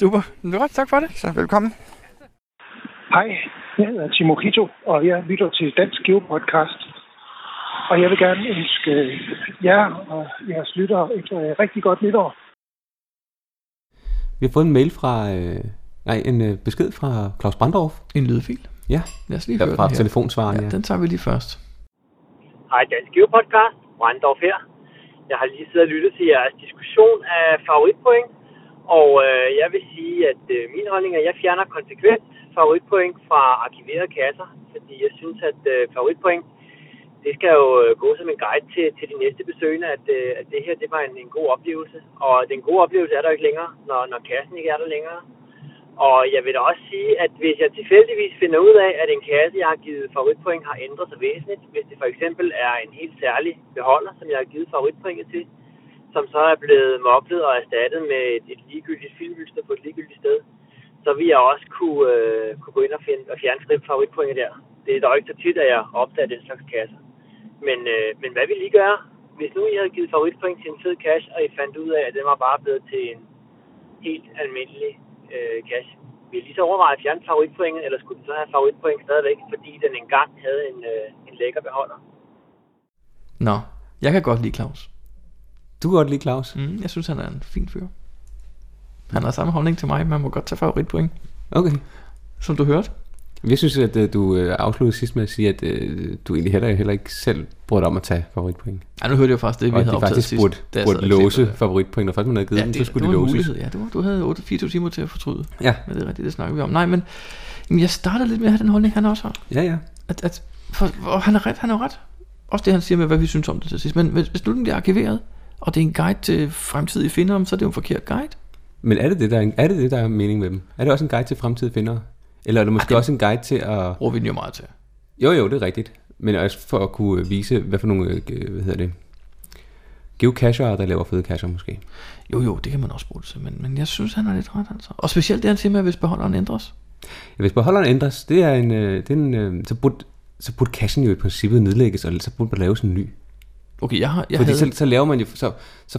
Speaker 10: Super. Men Godt, tak for det.
Speaker 12: Så velkommen.
Speaker 13: Hej, jeg hedder Timo Kito, og jeg lytter til Dansk Geopodcast. Og jeg vil gerne ønske jer og jeres lyttere et øh, rigtig godt nytår.
Speaker 2: Vi har fået en mail fra, øh, nej, en øh, besked fra Claus Brandorf.
Speaker 1: En lydfil.
Speaker 2: Ja,
Speaker 1: Lad os lige
Speaker 2: ja
Speaker 1: høre
Speaker 2: fra
Speaker 1: den her.
Speaker 2: telefonsvaren, ja.
Speaker 1: Ja, den tager vi lige først.
Speaker 14: Hej, Dansk Geopodcast. Brandorf her. Jeg har lige siddet og lyttet til jeres diskussion af favoritpoint, og øh, jeg vil sige, at øh, min holdning er, at jeg fjerner konsekvent favoritpoint fra arkiverede kasser, fordi jeg synes, at øh, favoritpoint, det skal jo øh, gå som en guide til, til de næste besøgende, at, øh, at det her det var en, en god oplevelse. Og den gode oplevelse er der jo ikke længere, når, når kassen ikke er der længere. Og jeg vil da også sige, at hvis jeg tilfældigvis finder ud af, at en kasse, jeg har givet favoritpoint, har ændret sig væsentligt, hvis det for eksempel er en helt særlig beholder, som jeg har givet favoritpointet til, som så er blevet moblet og erstattet med et, et ligegyldigt filmhylster på et ligegyldigt sted, så vil jeg også kunne, øh, kunne gå ind og, finde, og fjerne skrive favoritpointet der. Det er dog ikke så tit, at jeg opdager den slags kasser. Men, øh, men hvad ville I gøre, hvis nu I havde givet favoritpoint til en fed cash, og I fandt ud af, at den var bare blevet til en helt almindelig øh, cash? Vil I så overveje at fjerne favoritpointet, eller skulle den så have favoritpoint stadigvæk, fordi den engang havde en, øh, en lækker beholder?
Speaker 1: Nå, jeg kan godt lide Claus.
Speaker 2: Du kan godt lide Claus.
Speaker 1: Mm, jeg synes, han er en fin fyr. Han har samme holdning til mig, man må godt tage favoritpoint.
Speaker 2: Okay.
Speaker 1: Som du hørte.
Speaker 2: Jeg synes, at øh, du øh, afsluttede sidst med at sige, at øh, du egentlig heller, heller ikke selv brød dig om at tage favoritpoint.
Speaker 1: Ej, nu hørte jeg faktisk det, vi
Speaker 2: og at
Speaker 1: havde
Speaker 2: de
Speaker 1: optaget
Speaker 2: faktisk
Speaker 1: sidst.
Speaker 2: burde,
Speaker 1: da jeg sad
Speaker 2: burde
Speaker 1: og klippede
Speaker 2: låse
Speaker 1: det. altså
Speaker 2: favoritpoint, når først man havde givet
Speaker 1: Ja,
Speaker 2: ja, dem,
Speaker 1: det,
Speaker 2: så skulle
Speaker 1: det
Speaker 2: de
Speaker 1: var en
Speaker 2: låses.
Speaker 1: mulighed. Ja, det var, du havde 8, 24 timer til at fortryde.
Speaker 2: Ja,
Speaker 1: Men det er rigtigt, det snakker vi om. Nej, men jamen, jeg startede lidt med at have den holdning, han også har.
Speaker 2: ja, ja.
Speaker 1: At, at, for, og han har ret, han har ret. Også det, han siger med, hvad vi synes om det til sidst. Men hvis, hvis nu den bliver arkiveret, og det er en guide til fremtidige finder om, så er det jo en forkert guide.
Speaker 2: Men er det det, der er, er det det, der er mening med dem? Er det også en guide til fremtidige findere? Eller er det måske
Speaker 1: det-
Speaker 2: også en guide til at...
Speaker 1: Bruger vi den jo meget til.
Speaker 2: Jo, jo, det er rigtigt. Men også for at kunne øh, vise, hvad for nogle, øh, ge- hvad hedder det, geocachere, der laver fede cacher måske.
Speaker 1: Jo, jo, det kan man også bruge det til, men, men jeg synes, han har lidt ret, altså. Og specielt det, han siger med, hvis beholderen ændres.
Speaker 2: Ja, hvis beholderen ændres, det er en, øh, det er en øh, så, burde, så burde kassen jo i princippet nedlægges, og så burde man lave sådan en ny.
Speaker 1: Okay, jeg har... Jeg
Speaker 2: Fordi
Speaker 1: havde,
Speaker 2: så, så laver man jo, så, så,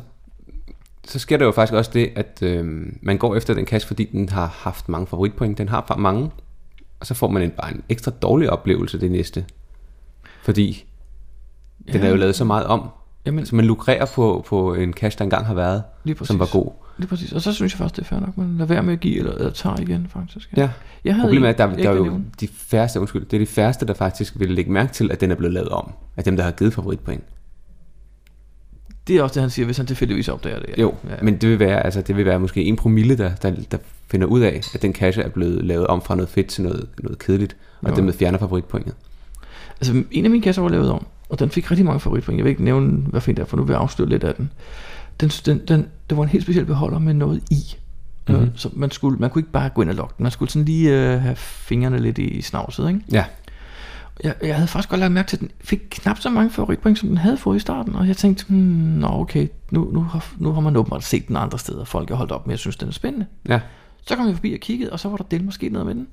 Speaker 2: så sker der jo faktisk også det, at øh, man går efter den kasse, fordi den har haft mange favoritpoint. Den har fa- mange, og så får man en, bare en ekstra dårlig oplevelse det næste. Fordi den
Speaker 1: Ja.
Speaker 2: er jo lavet så meget om.
Speaker 1: Jamen,
Speaker 2: så man lukrerer på, på en cache, der engang har været,
Speaker 1: Lige præcis.
Speaker 2: som var god.
Speaker 1: Lige præcis. Og så synes jeg faktisk, det er fair nok, man lader være med at give eller, eller tager igen, faktisk.
Speaker 2: Ja.
Speaker 1: Jeg havde
Speaker 2: Problemet er, at der,
Speaker 1: en-
Speaker 2: der er jo
Speaker 1: æggelevende.
Speaker 2: de færreste, undskyld, det er de færreste, der faktisk vil lægge mærke til, at den er blevet lavet om. Af dem, der har givet favoritpoint.
Speaker 1: Det er også det, han siger, hvis han tilfældigvis opdager det.
Speaker 2: Jo, ja. men det vil være, altså, det vil være måske en promille, der, der, der finder ud af, at den kasse er blevet lavet om fra noget fedt til noget, noget kedeligt, og
Speaker 1: Jo.
Speaker 2: dermed fjerner favoritpointet.
Speaker 1: Altså, en af mine kasser var lavet om, og den fik rigtig mange favoritpoint. Jeg vil ikke nævne, hvad fint er, for nu vil jeg afsløre lidt af den. Den, den, den det var en helt speciel beholder med noget i.
Speaker 2: Mhm.
Speaker 1: Mm-hmm. Så man, skulle, man kunne ikke bare gå ind og lokke den. Man skulle sådan lige øh, have fingrene lidt i snavset, ikke?
Speaker 2: Ja.
Speaker 1: Jeg, jeg havde faktisk godt lagt mærke til, at den fik knap så mange favoritpoint, som den havde fået i starten. Og jeg tænkte, hmm, nå okay, nu, nu, har, nu har man åbenbart set den andre steder. Folk har holdt op med, at jeg synes, den er spændende.
Speaker 2: Ja.
Speaker 1: Så kom jeg forbi og kiggede, og så var der del måske noget med den.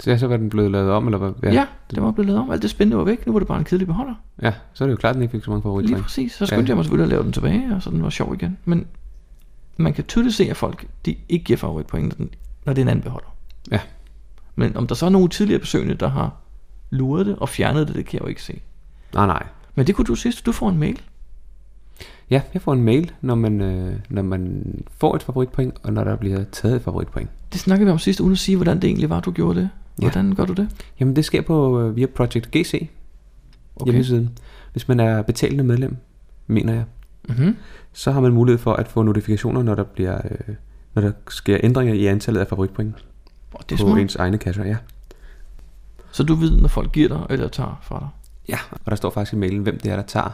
Speaker 2: Så, ja, så var den blevet lavet om, eller hvad?
Speaker 1: Ja, ja det var blevet lavet om. Alt det spændende var væk. Nu var det bare en kedelig beholder.
Speaker 2: Ja, så er det jo klart, at den ikke fik så mange favoritpoint.
Speaker 1: Lige præcis. Så skyndte ja. jeg mig selvfølgelig at lave den tilbage, og så den var sjov igen. Men man kan tydeligt se, at folk de ikke giver favoritpoint, når, den, når det er en anden beholder.
Speaker 2: Ja.
Speaker 1: Men om der så er nogle tidligere besøgende, der har luret det og fjernet det, det kan jeg jo ikke se.
Speaker 2: Nej, nej.
Speaker 1: Men det kunne du sidst. Du får en mail.
Speaker 2: Ja, jeg får en mail, når man, øh, når man får et favoritpoint, og når der bliver taget et favoritpoint.
Speaker 1: Det snakkede vi om sidst, uden at sige, hvordan det egentlig var, du gjorde det. Hvordan gør du det?
Speaker 2: Jamen, det sker på øh, via Project GC. Okay. Hjemmesiden. Hvis man er betalende medlem, mener jeg,
Speaker 1: Mhm.
Speaker 2: så har man mulighed for at få notifikationer, når der, bliver, øh, når der sker ændringer i antallet af favoritpoint.
Speaker 1: det er
Speaker 2: på
Speaker 1: smart.
Speaker 2: ens egne kasser, ja.
Speaker 1: Så du ved, når folk giver dig eller tager fra dig.
Speaker 2: Ja, og der står faktisk i mailen, hvem det er, der tager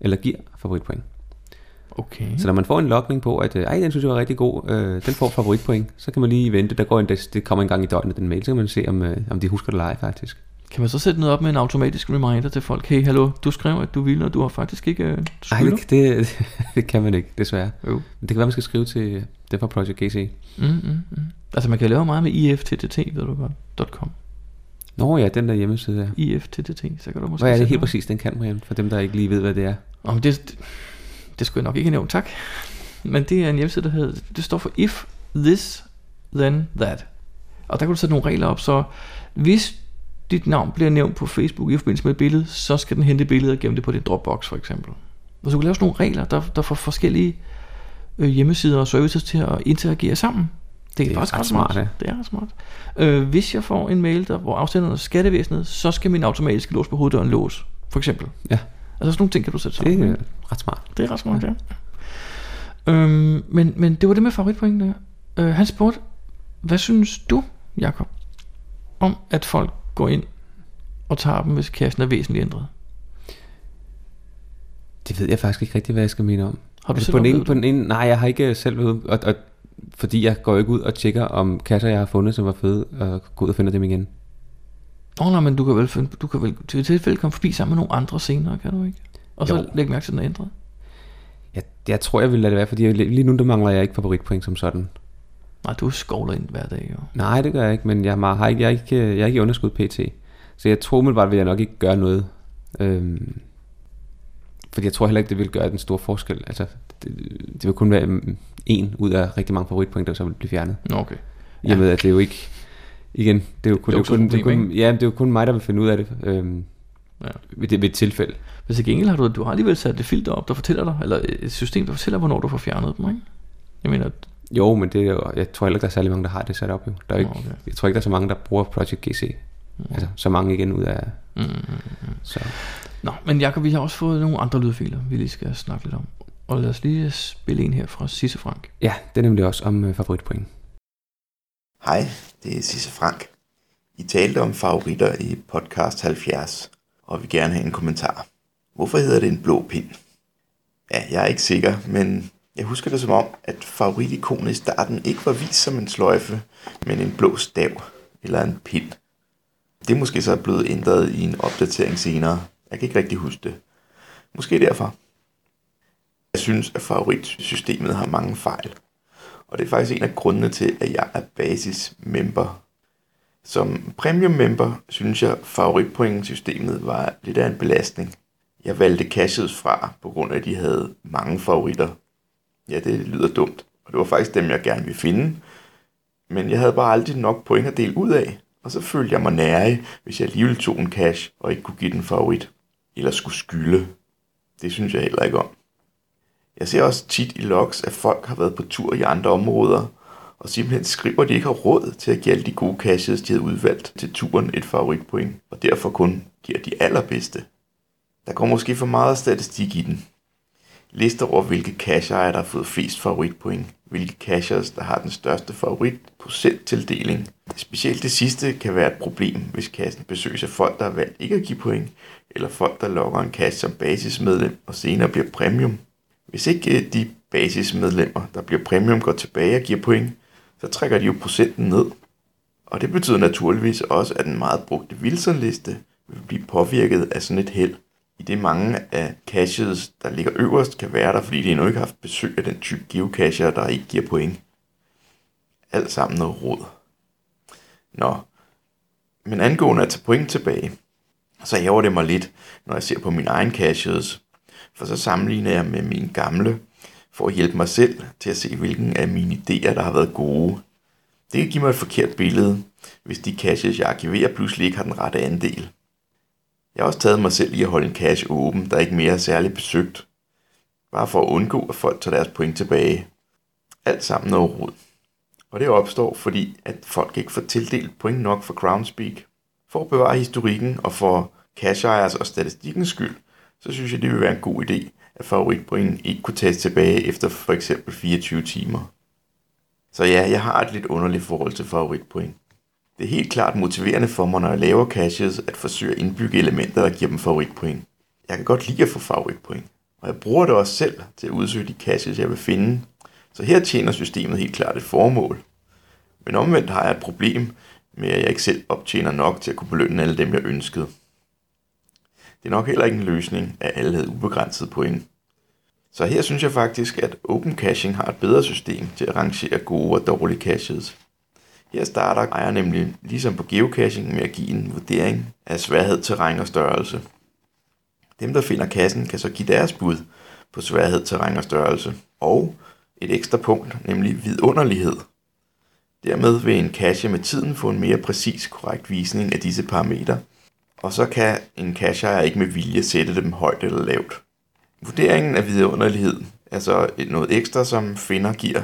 Speaker 2: eller giver favoritpoint.
Speaker 1: Mm-hmm. Okay.
Speaker 2: Så når man får en lokning på, at øh, ej, den synes jeg var rigtig god, øh, den får favoritpoint, så kan man lige vente. Der går en, det det kommer en gang i døgnet, den mail, så kan man se, om, øh, om de husker det eller ej, faktisk.
Speaker 1: Kan man så sætte noget op med en automatisk reminder til folk? Hey, hallo, du skrev, at du ville, og du har faktisk ikke... øh, Du
Speaker 2: Nej,
Speaker 1: skylder."
Speaker 2: det, det, det kan man ikke, desværre.
Speaker 1: Jo.
Speaker 2: Men det kan være, man skal skrive til det fra Project GC.
Speaker 1: Mm, mm, mm. Altså, man kan lave meget med IFTTT, ved du godt, .com.
Speaker 2: Nå ja, den der hjemmeside der.
Speaker 1: IFTTT, så kan du måske...
Speaker 2: Hvad er
Speaker 1: sætte
Speaker 2: det helt
Speaker 1: noget.
Speaker 2: præcis, den kan, Brian? For dem, der ikke lige ved, hvad det er.
Speaker 1: Om det, det, det skulle jeg nok ikke nævne, tak. Men det er en hjemmeside, der hedder, det står for If, This, Then, That. Og der kan du sætte nogle regler op, så hvis dit navn bliver nævnt på Facebook i forbindelse med et billede, så skal den hente billedet og gemme det på din Dropbox for eksempel. Og så kan du lave sådan nogle regler, der, der får forskellige øh, hjemmesider og services til at interagere sammen. Det er,
Speaker 2: Det er
Speaker 1: faktisk
Speaker 2: ret
Speaker 1: ret smart.
Speaker 2: smart,
Speaker 1: smart det er ret smart. Øh, hvis jeg får en mail, der, hvor afsenderen er skattevæsenet, så skal min automatiske lås på hoveddøren lås, for eksempel.
Speaker 2: Ja.
Speaker 1: Altså sådan nogle ting kan du sætte sammen.
Speaker 2: Det
Speaker 1: ikke?
Speaker 2: er øh, ret smart.
Speaker 1: Det er ret smart, ja. Øhm, men, men det var det med favoritpointene. Øh, han spurgte, hvad synes du, Jakob, om at folk går ind og tager dem, hvis kassen er væsentligt ændret?
Speaker 2: Det ved jeg faktisk ikke rigtig, hvad jeg skal mene om. Altså,
Speaker 1: Har du selv
Speaker 2: på den ene,
Speaker 1: oplevet
Speaker 2: på den ene, Nej, jeg har ikke øh, selv været ude, og, og, fordi jeg går ikke ud og tjekker, om kasser, jeg har fundet, som var fede, og går ud og finder dem igen.
Speaker 1: Åh oh, nej, men du kan vel, finde- du kan vel til tilfælde komme forbi sammen med nogle andre senere, kan du ikke? Og så
Speaker 2: Jo.
Speaker 1: lægge mærke til, at den er ændret.
Speaker 2: Jeg, jeg tror, jeg vil lade det være, fordi jeg, lige nu der mangler jeg ikke favoritpoint som sådan.
Speaker 1: Nej, du skovler ind hver dag, jo.
Speaker 2: Nej, det gør jeg ikke, men jeg har, har ikke, jeg, er ikke, jeg er ikke i underskud pt. Så jeg tror umiddelbart, vil jeg nok ikke gøre noget. Øhm, fordi jeg tror heller ikke, det vil gøre den store forskel. Altså, det, det vil kun være mm, en ud af rigtig mange favoritpointer, der så vil blive fjernet.
Speaker 1: Nå, okay.
Speaker 2: I og med, at det er jo ikke... Igen, det er jo kun, det er jo kun, det er
Speaker 1: Luksusproblem,
Speaker 2: kun, ja, men det er jo kun mig, der vil finde ud af det. Øhm,
Speaker 1: ja.
Speaker 2: ved, det ved et tilfælde.
Speaker 1: Hvis ikke enkelt har du, du har alligevel sat det filter op, der fortæller dig, eller et system, der fortæller, hvornår du får fjernet dem, ikke? Jeg mener,
Speaker 2: Jo, men det er jo, jeg tror heller ikke, der er særlig mange, der har det sat op. Jo. Der er jo ikke,
Speaker 1: Okay.
Speaker 2: okay. Jeg tror ikke, der er så mange, der bruger Project GC. Altså, så mange igen ud af...
Speaker 1: Mm, mm, mm.
Speaker 2: Så.
Speaker 1: Nå, men Jacob, vi har også fået nogle andre lydfiler, vi lige skal snakke lidt om. Og lad os lige spille en her fra Sisse Frank.
Speaker 2: Ja, det er nemlig også om øh, favoritpoint.
Speaker 15: Hej, det er Sisse Frank. I talte om favoritter i podcast 70, og vil gerne have en kommentar. Hvorfor hedder det en blå pind? Ja, jeg er ikke sikker, men jeg husker det som om, at favoritikonet i starten ikke var vist som en sløjfe, men en blå stav eller en pind. Det er måske så blevet ændret i en opdatering senere. Jeg kan ikke rigtig huske det. Måske derfor. Jeg synes, at favoritsystemet har mange fejl. Og det er faktisk en af grundene til, at jeg er basis-member. Som premium-member synes jeg, favoritpointsystemet var lidt af en belastning. Jeg valgte cashet fra, på grund af, at de havde mange favoritter. Ja, det lyder dumt, og det var faktisk dem, jeg gerne ville finde. Men jeg havde bare aldrig nok point at dele ud af, og så følte jeg mig nære, hvis jeg alligevel tog en cash og ikke kunne give den favorit. Eller skulle skylde. Det synes jeg heller ikke om. Jeg ser også tit i logs, at folk har været på tur i andre områder, og simpelthen skriver, at de ikke har råd til at give alle de gode caches, de havde udvalgt til turen et favoritpoint, og derfor kun giver de allerbedste. Der går måske for meget statistik i den. Lister over, hvilke cashejere, der har fået flest favoritpoint, hvilke cashers, der har den største favoritprocenttildeling. Specielt det sidste kan være et problem, hvis kassen besøges af folk, der har valgt ikke at give point, eller folk, der lokker en kasse som basismedlem og senere bliver premium. Hvis ikke øh, de basismedlemmer, der bliver premium, går tilbage og giver point, så trækker de jo procenten ned. Og det betyder naturligvis også, at den meget brugte Wilson-liste vil blive påvirket af sådan et held, i det mange af caches, der ligger øverst, kan være der, fordi de endnu ikke har haft besøg af den type geocacher, der ikke giver point. Alt sammen noget råd. Nå, men angående at tage point tilbage, så ærger det mig lidt, når jeg ser på mine egen caches, for så sammenligner jeg med mine gamle, for at hjælpe mig selv til at se, hvilken af mine idéer, der har været gode. Det kan give mig et forkert billede, hvis de caches, jeg arkiverer, pludselig ikke har den rette andel. Jeg har også taget mig selv i at holde en cache åben, der ikke mere er særligt besøgt. Bare for at undgå, at folk tager deres point tilbage. Alt sammen noget rod. Og det opstår, fordi at folk ikke får tildelt point nok for Crownspeak. For at bevare historikken og for cache ejers og statistikkens skyld, så synes jeg, det vil være en god idé, at favoritpointen ikke kunne tages tilbage efter for eksempel 24 timer. Så ja, jeg har et lidt underligt forhold til favoritpoint. Det er helt klart motiverende for mig, når jeg laver caches, at forsøge at indbygge elementer, der giver dem favoritpoint. Jeg kan godt lide at få favoritpoint, og jeg bruger det også selv til at udsøge de caches, jeg vil finde. Så her tjener systemet helt klart et formål. Men omvendt har jeg et problem med, at jeg ikke selv optjener nok til at kunne belønne alle dem, jeg ønskede. Det er nok heller ikke en løsning, at alle havde ubegrænset point. Så her synes jeg faktisk, at Open Caching har et bedre system til at rangere gode og dårlige caches. Her starter ejer nemlig, ligesom på geocaching, med at give en vurdering af sværhed, terræn og størrelse. Dem, der finder kassen, kan så give deres bud på sværhed, terræn og størrelse, og et ekstra punkt, nemlig vidunderlighed. Dermed vil en cache med tiden få en mere præcis korrekt visning af disse parametre, og så kan en cacheejer ikke med vilje sætte dem højt eller lavt. Vurderingen af vidunderlighed er så et- noget ekstra, som finder giver,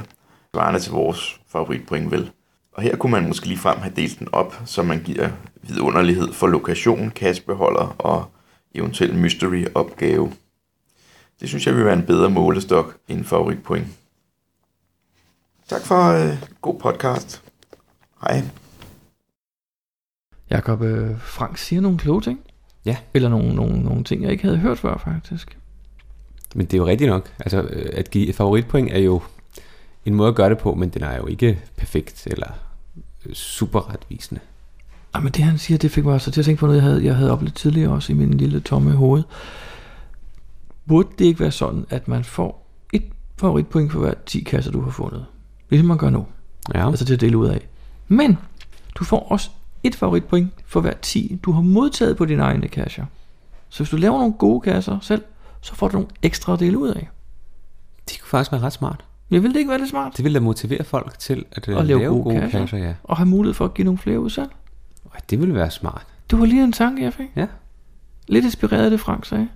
Speaker 15: svarende til vores favoritpoint vel. Og her kunne man måske ligefrem have delt den op, så man giver vidunderlighed for lokation, kassebeholder og eventuel mystery-opgave. Det synes jeg vil være en bedre målestok end favoritpoint. Tak for øh, god podcast. Hej.
Speaker 1: Jakob øh, Frank siger nogle kloge ting.
Speaker 2: Ja.
Speaker 1: Eller nogle, nogle, nogle ting, jeg ikke havde hørt før, faktisk.
Speaker 2: Men det er jo rigtigt nok. Altså, øh, at give et favoritpoint er jo en måde at gøre det på, men den er jo ikke perfekt eller øh, super retvisende.
Speaker 1: Ej, men det han siger, det fik mig altså til at tænke på noget, jeg havde, jeg havde oplevet tidligere også i min lille tomme hoved. Burde det ikke være sådan, at man får et favoritpoint for hver 10 kasser, du har fundet? Ligesom man gør nu.
Speaker 2: Ja.
Speaker 1: Altså til at dele ud af. Men du får også et favoritpoint for hver 10, du har modtaget på dine egne kasser. Så hvis du laver nogle gode kasser selv, så får du nogle ekstra at dele ud af.
Speaker 2: Det kunne faktisk være ret smart.
Speaker 1: Jeg ville det ikke være lidt smart?
Speaker 2: Det vil da motivere folk til at, øh,
Speaker 1: at lave, gode, gode kasser,
Speaker 2: ja.
Speaker 1: og have mulighed for at give nogle flere ud selv.
Speaker 2: Ej, Det ville være smart.
Speaker 1: Det var lige en tanke, jeg fik.
Speaker 2: Ja.
Speaker 1: Lidt inspireret af det, Frank sagde.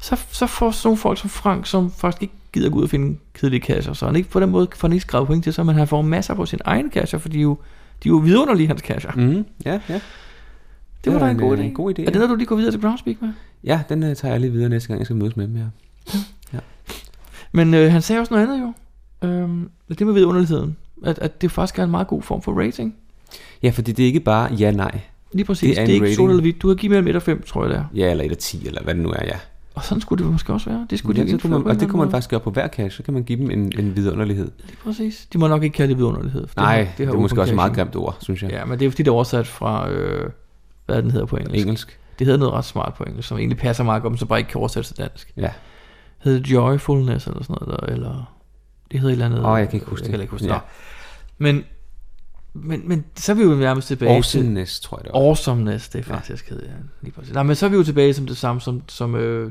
Speaker 1: Så, så får sådan nogle folk som Frank, som faktisk ikke gider gå ud og finde kedelige kasser, så han ikke på den måde får han ikke skrevet point til sig, men han får masser på sin egen kasser, for de er jo, de er jo vidunderlige, hans kasser.
Speaker 2: Mm, ja, ja.
Speaker 1: Det var da
Speaker 2: er
Speaker 1: en, god idé.
Speaker 2: øh, god idé.
Speaker 1: Er det noget, du lige går videre til Brownspeak med?
Speaker 2: Ja, den øh, tager jeg lige videre næste gang, jeg skal mødes med dem, ja.
Speaker 1: Men øh, han sagde også noget andet jo. Øhm, det med vidunderligheden. At, at det faktisk er en meget god form for rating.
Speaker 2: Ja, fordi det er ikke bare ja-nej.
Speaker 1: Lige præcis. Det er, det er ikke sort eller hvidt. Du har givet mellem 1 og 5, tror jeg det er.
Speaker 2: Ja, eller 1 og 10, eller hvad det nu er, ja.
Speaker 1: Og sådan skulle det måske også være. Det skulle
Speaker 2: ja,
Speaker 1: de
Speaker 2: så
Speaker 1: indføre
Speaker 2: kunne man,
Speaker 1: på en
Speaker 2: og det
Speaker 1: eller
Speaker 2: kunne man
Speaker 1: anden
Speaker 2: faktisk gøre på hver kasse, så kan man give dem en, en vidunderlighed.
Speaker 1: måde. Præcis. De må nok ikke kalde det vidunderlighed. for
Speaker 2: Nej,
Speaker 1: har-
Speaker 2: det, det er
Speaker 1: Open
Speaker 2: måske også et meget
Speaker 1: Caching.
Speaker 2: grimt ord, synes jeg.
Speaker 1: Ja, men det er fordi, det er oversat fra, øh, hvad er den hedder på engelsk?
Speaker 2: Engelsk.
Speaker 1: Det hedder noget ret smart på engelsk, som egentlig passer meget godt, men som bare ikke kan oversættes til dansk.
Speaker 2: Ja.
Speaker 1: Hedder det joyfulness eller sådan noget, eller, eller det hedder et eller andet.
Speaker 2: Åh, jeg kan ikke huske
Speaker 1: jeg Kan
Speaker 2: det.
Speaker 1: heller ikke huske det.
Speaker 2: Ja.
Speaker 1: Nå. Men, men, men så er vi jo nærmest tilbage
Speaker 2: Awesomeness,
Speaker 1: til...
Speaker 2: tror jeg, det var.
Speaker 1: Awesomeness, det er faktisk ja. hedder ja, lige præcis. Nej, men så er vi jo tilbage som det samme, som, som øh,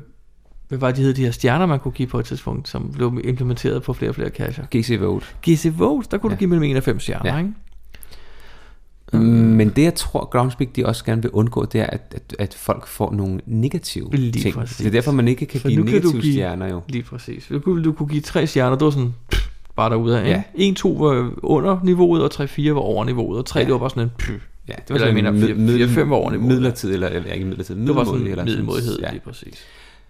Speaker 1: hvad var det, de hed, de her stjerner, man kunne give på et tidspunkt, som blev implementeret på flere og flere kasser.
Speaker 2: GC Vote.
Speaker 1: GC Vote, der kunne ja. du give mellem 1 og 5 stjerner, ja. ikke?
Speaker 2: Mm. Men det, jeg tror, Groundspeak de også gerne vil undgå, det er, at, at, at folk får nogle negative
Speaker 1: Lige
Speaker 2: ting.
Speaker 1: præcis.
Speaker 2: Det er derfor, man ikke kan
Speaker 1: For
Speaker 2: give
Speaker 1: nu kan
Speaker 2: negative
Speaker 1: du give-
Speaker 2: stjerner jo.
Speaker 1: Lige præcis. Du kunne, du kunne give tre stjerner, det var sådan pff, bare derude af.
Speaker 2: Ja.
Speaker 1: Ja. 1, 2 var under niveauet, og 3, 4 var over niveauet, og 3, ja. det var bare sådan en pff.
Speaker 2: Ja, det var
Speaker 1: eller
Speaker 2: sådan
Speaker 1: jeg
Speaker 2: en
Speaker 1: mener, 4,
Speaker 2: mid-
Speaker 1: 4, 5 var over niveauet.
Speaker 2: Midlertidig, eller, eller ikke midlertidig,
Speaker 1: Det var sådan
Speaker 2: middelmådig, eller sådan-
Speaker 1: middelmådighed,
Speaker 2: ja.
Speaker 1: lige præcis.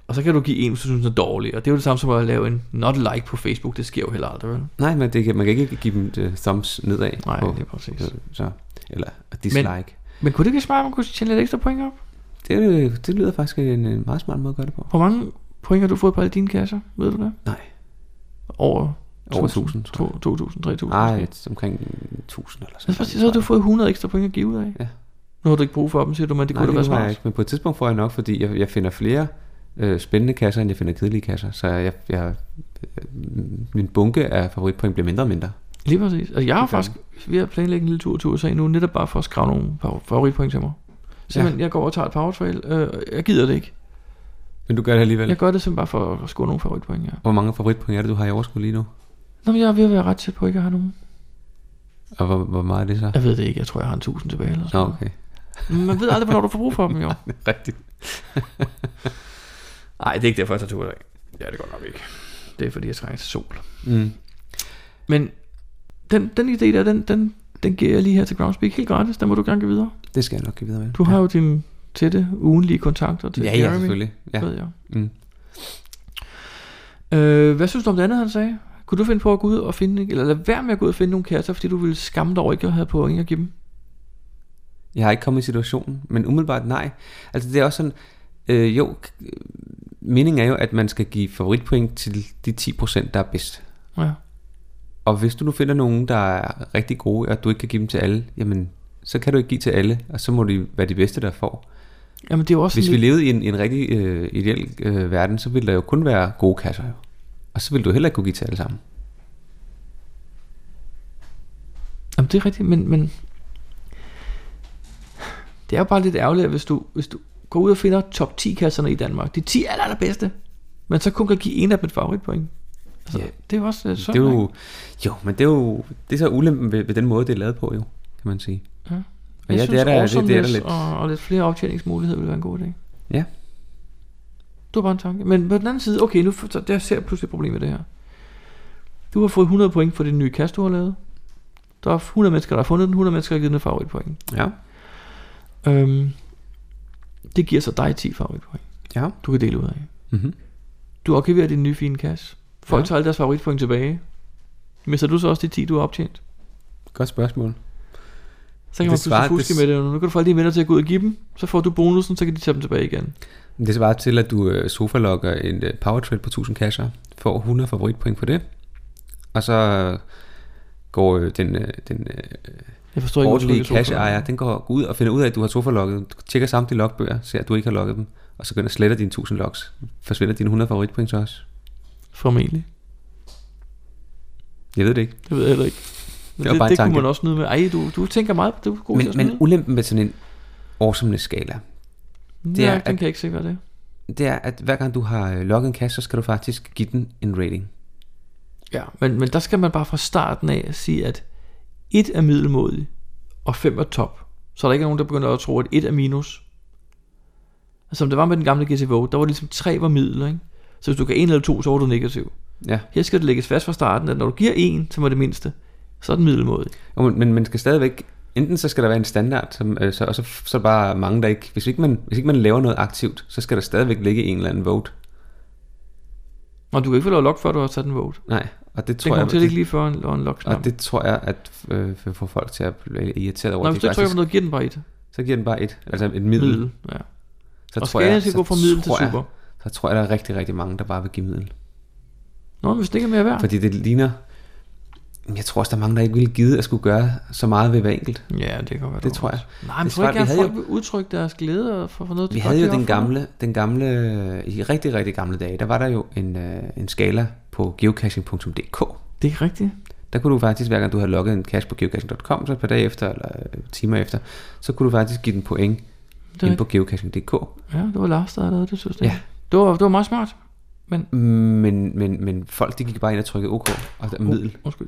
Speaker 1: Og så kan du give en, hvis du synes den er dårlig. Og det er jo det samme som at lave en not like på Facebook. Det sker jo heller aldrig, vel?
Speaker 2: Nej, men det, kan- man kan ikke give dem uh, thumbs nedad.
Speaker 1: Nej,
Speaker 2: på,
Speaker 1: det er præcis.
Speaker 2: øh, Så, eller dislike. Men,
Speaker 1: Men kunne det ikke være smart, at man kunne tjene lidt ekstra point op?
Speaker 2: det, det lyder faktisk en, en meget smart måde at gøre det på.
Speaker 1: Hvor mange point har du fået på alle dine kasser? Ved du det?
Speaker 2: Nej.
Speaker 1: Over,
Speaker 2: Over
Speaker 1: 1000, tror jeg. 2000, 3000.
Speaker 2: Nej,
Speaker 1: måske.
Speaker 2: et- omkring 1000 eller sådan
Speaker 1: Altså, så havde du fået 100 ekstra point at give ud af.
Speaker 2: Ja.
Speaker 1: Nu har du ikke brug for dem, siger du, men det
Speaker 2: Nej,
Speaker 1: kunne da være
Speaker 2: det har jeg
Speaker 1: smart.
Speaker 2: ikke, men på et tidspunkt får jeg nok, fordi jeg, jeg finder flere øh, spændende kasser, end jeg finder kedelige kasser. Så jeg, jeg, øh, min bunke af favoritpoint bliver mindre og mindre.
Speaker 1: Lige præcis. Altså, jeg har
Speaker 2: Det gør
Speaker 1: faktisk ved at planlægge en lille tur til USA nu, netop bare for at skrave nogle favor- favoritpoint til mig. Simpelthen, ja. jeg går og tager et power trail. Øh, jeg gider det ikke.
Speaker 2: Men du gør det alligevel.
Speaker 1: Jeg gør det simpelthen bare for at score nogle favoritpoint, ja.
Speaker 2: Hvor mange favoritpoint er det, du har i overskud lige nu?
Speaker 1: Nå, men jeg er ved at være ret tæt på, at jeg ikke har nogen.
Speaker 2: Og hvor, hvor meget er det så?
Speaker 1: Jeg ved det ikke. Jeg tror, jeg har en 1000 tilbage eller
Speaker 2: Nå,
Speaker 1: sådan
Speaker 2: okay.
Speaker 1: noget. Man ved aldrig, hvornår du får brug for dem, jo.
Speaker 2: Det er Rigtigt.
Speaker 1: Nej, det er ikke derfor, jeg tager turen af. Ja, det går nok ikke. Det er, fordi jeg trænger til sol.
Speaker 2: Mm.
Speaker 1: Men den, den idé der, den, den, den giver jeg lige her til Groundspeak helt gratis. Den må du gerne give videre.
Speaker 2: Det skal jeg nok give videre med.
Speaker 1: Du har jo dine tætte ugenlige kontakter til
Speaker 2: Ja, ja,
Speaker 1: Jeremy.
Speaker 2: selvfølgelig. Ja.
Speaker 1: Ved jeg.
Speaker 2: Mm.
Speaker 1: Øh, hvad synes du om det andet, han sagde? Kunne du finde på at gå ud og finde, eller lade være med at gå ud og finde nogle kasser, fordi du ville skamme dig over ikke at have point at give dem?
Speaker 2: Jeg har ikke kommet i situationen, men umiddelbart nej. Altså det er også sådan, øh, jo, k- øh, meningen er jo, at man skal give favoritpoint til de 10%, der er bedst.
Speaker 1: Ja.
Speaker 2: Og hvis du nu finder nogen, der er rigtig gode, og du ikke kan give dem til alle, jamen, så kan du ikke give til alle, og så må det være de bedste, der får.
Speaker 1: Jamen, det er jo også
Speaker 2: Hvis vi
Speaker 1: sådan
Speaker 2: levede i en, en rigtig øh, ideel øh, verden, så ville der jo kun være gode kasser. Jo. Og så ville du heller ikke kunne give til alle sammen.
Speaker 1: Jamen, det er rigtigt, men, men det er jo bare lidt ærgerligt, at hvis du, hvis du går ud og finder top 10 kasserne i Danmark, de 10 aller, allerbedste, men så kun kan give en af dem et favoritpoint. Altså, yeah. det er jo også øh,
Speaker 2: det
Speaker 1: sådan,
Speaker 2: er
Speaker 1: ikke?
Speaker 2: jo, jo, men det er jo det er så ulempen ved, ved den måde, det er lavet på, jo, kan man sige.
Speaker 1: Ja.
Speaker 2: Og
Speaker 1: Jeg
Speaker 2: ja, det
Speaker 1: synes,
Speaker 2: er der, det, det er der
Speaker 1: awesomeness
Speaker 2: lidt.
Speaker 1: Og, og lidt flere optjeningsmuligheder ville være en god idé.
Speaker 2: Ja.
Speaker 1: Det var bare en tanke. Men på den anden side, okay, nu for- så der ser jeg pludselig et problem med det her. Du har fået 100 point for det nye kast, du har lavet. Der er 100 mennesker, der har fundet den, 100 mennesker, der har givet den et favoritpoint.
Speaker 2: Ja.
Speaker 1: Øhm, det giver så dig 10 favoritpoint.
Speaker 2: Ja.
Speaker 1: Du kan dele ud af.
Speaker 2: Mhm.
Speaker 1: Du arkiverer din nye fine kasse. Folk
Speaker 2: Ja.
Speaker 1: ja. tager alle deres favoritpoint tilbage. Mister du så også de 10, du har optjent?
Speaker 2: Godt spørgsmål.
Speaker 1: Så kan man pludselig fuske med det. Nu kan du få alle dine venner til at gå ud og give dem. Så får du bonusen, så kan de tage dem tilbage igen.
Speaker 2: Det svarer til, at du øh, sofalogger en øh, powertrail på 1000 kasser, får 100 favoritpoint på det, og så øh, går øh, den, øh, den øh,
Speaker 1: Jeg forstår ikke, hvorfor du
Speaker 2: ordentlige
Speaker 1: ikke
Speaker 2: kasseejer,
Speaker 1: sofalogger.
Speaker 2: den går ud og finder ud af, at du har sofalogget, tjekker samtlige logbøger, ser, at du ikke har logget dem, og så går den og sletter dine 1000 logs. Forsvinder dine 100 favoritpoint så også?
Speaker 1: Formentlig.
Speaker 2: Jeg ved det ikke.
Speaker 1: Det ved jeg heller ikke. Men
Speaker 2: Det var
Speaker 1: det,
Speaker 2: bare en
Speaker 1: det kunne
Speaker 2: tanke.
Speaker 1: man også nyde med. Ej, du, du tænker meget på det. Du er god til at
Speaker 2: Men, men
Speaker 1: snyde.
Speaker 2: ulempen med sådan en awesomeness-skala, det
Speaker 1: ja,
Speaker 2: er,
Speaker 1: den
Speaker 2: at,
Speaker 1: kan jeg ikke se, hvad det er.
Speaker 2: det er, at hver gang du har øh, logget en kasse, så skal du faktisk give den en rating.
Speaker 1: Ja, men, men der skal man bare fra starten af sige, at et er middelmodig, og fem er top. Så er der ikke er nogen, der begynder at tro, at et er minus. Altså, som det var med den gamle GTVO, der var ligesom tre var middel, ikke? Så hvis du gav en eller to, så var du negativ.
Speaker 2: Ja.
Speaker 1: Her skal det lægges fast fra starten, at når du giver en, som er det mindste, så er den middelmodig.
Speaker 2: Jo, men, men man skal stadigvæk, enten så skal der være en standard, som, øh, så, og så, så er der bare mange, der ikke, hvis ikke, man, hvis ikke man laver noget aktivt, så skal der stadigvæk ligge en eller anden vote.
Speaker 1: Og du kan ikke få lov at logge, før du har taget en vote.
Speaker 2: Nej, og det
Speaker 1: Den
Speaker 2: tror
Speaker 1: kommer
Speaker 2: jeg...
Speaker 1: til at ligge lige før en- en log-knap.
Speaker 2: Og det tror jeg, at øh, får folk til at blive irriteret over.
Speaker 1: Nå,
Speaker 2: at
Speaker 1: hvis
Speaker 2: de
Speaker 1: du trykker
Speaker 2: faktisk-
Speaker 1: på noget, giver den bare et.
Speaker 2: Så giver den bare et, altså et middel.
Speaker 1: Middel, ja.
Speaker 2: Så
Speaker 1: Og
Speaker 2: tror
Speaker 1: skalaen
Speaker 2: jeg,
Speaker 1: skal
Speaker 2: så
Speaker 1: gå fra middel til
Speaker 2: tror jeg-
Speaker 1: super.
Speaker 2: Så tror jeg, der er rigtig, rigtig mange, der bare vil give middel.
Speaker 1: Nå, men hvis det ikke er mere værd.
Speaker 2: Fordi det ligner... Jeg tror også, der er mange, der ikke ville gide at skulle gøre så meget ved hver enkelt.
Speaker 1: Ja, det kan være.
Speaker 2: Det tror jeg.
Speaker 1: Nej, men
Speaker 2: Det
Speaker 1: tror jeg
Speaker 2: svarer-
Speaker 1: ikke, at
Speaker 2: vi havde
Speaker 1: folk
Speaker 2: jo-
Speaker 1: vil udtrykke deres glæde og for, for noget, de
Speaker 2: Vi
Speaker 1: godt
Speaker 2: havde jo
Speaker 1: kan
Speaker 2: den
Speaker 1: ofre?
Speaker 2: gamle, den gamle, øh, i rigtig, rigtig gamle dage, der var der jo en, øh, en skala på geocaching.dk.
Speaker 1: Det er rigtigt.
Speaker 2: Der kunne du faktisk, hver gang du havde logget en cache på geocaching.com, så et par dage efter, eller øh, timer efter, så kunne du faktisk give den point ind på geocaching.dk.
Speaker 1: Ja, det var Lars, der havde lavet det system.
Speaker 2: Ja.
Speaker 1: Det var, det var meget smart. Men
Speaker 2: Men, men, men folk, de gik bare ind og trykkede OK, og der, middel.
Speaker 1: Oh, Undskyld.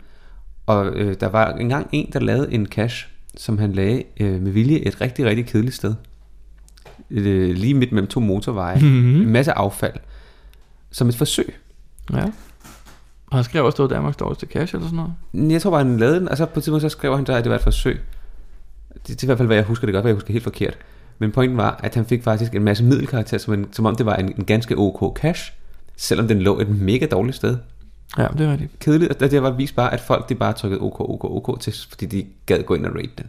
Speaker 2: Og øh, der var engang en, der lavede en cache, som han lagde øh, med vilje et rigtig, rigtig kedeligt sted. Et, øh, lige midt mellem to motorveje.
Speaker 1: Mhm.
Speaker 2: En masse affald. Som et forsøg.
Speaker 1: Ja. Og han skrev også, det var Danmarks dårligste cash eller sådan noget.
Speaker 2: Men Jeg tror bare, han lavede den, og så på et tidspunkt så skrev han så, at det var et forsøg. Det, det er i hvert fald, hvad jeg husker. Det kan godt være, jeg husker helt forkert. Men pointen var, at han fik faktisk en masse middelkarakter, som, en, som om det var en, en ganske ok cash, selvom den lå et mega dårligt sted.
Speaker 1: Ja, det er rigtigt.
Speaker 2: Kedeligt, og det det var vist bare, at folk de bare trykkede ok, ok, ok til, fordi de gad gå ind og rate den.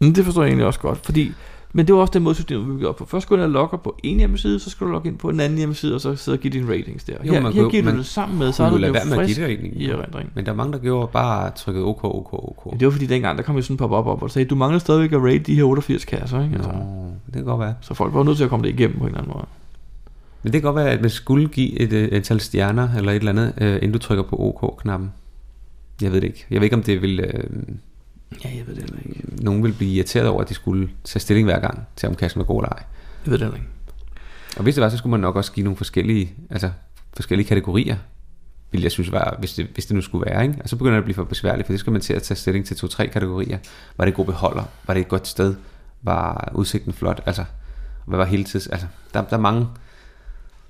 Speaker 1: Men det forstår jeg egentlig også godt, fordi... Men det var også den måde, systemet var bygget op på. Først skulle du ind og logge på en hjemmeside, så skulle du logge ind på en anden hjemmeside, og så sidde og give dine ratings der. Jo, her, man her giver du det sammen med, så er
Speaker 2: kunne
Speaker 1: du
Speaker 2: jo lade
Speaker 1: det
Speaker 2: være med at
Speaker 1: frisk
Speaker 2: give det egentlig.
Speaker 1: i erindring.
Speaker 2: Men der er mange, der gjorde bare trykket OK, OK, OK.
Speaker 1: Men det var fordi dengang, der kom jo sådan en pop-up op, hvor der sagde, du mangler stadigvæk at rate de her 88 kasser, ikke? Altså,
Speaker 2: det kan godt være.
Speaker 1: Så folk var nødt til at komme det igennem på en eller anden måde.
Speaker 2: Men det kan godt være, at man skulle give et øh, antal stjerner eller et eller andet, øh, inden du trykker på OK-knappen. Jeg ved det ikke. Jeg ved ikke, om det vil... Øh,
Speaker 1: ja, jeg ved det heller ikke.
Speaker 2: Nogen vil blive irriteret over, at de skulle tage stilling hver gang til, om kassen var god eller ej.
Speaker 1: Jeg ved det heller ikke.
Speaker 2: Og hvis det var, så skulle man nok også give nogle forskellige, altså forskellige kategorier, vil jeg synes var, hvis det, hvis det nu skulle være. Ikke? Og så begynder det at blive for besværligt, for det skal man til at tage stilling til to-tre kategorier. Var det en god beholder? Var det et godt sted? Var udsigten flot? Altså, hvad var hele tids? Altså, der, der er mange...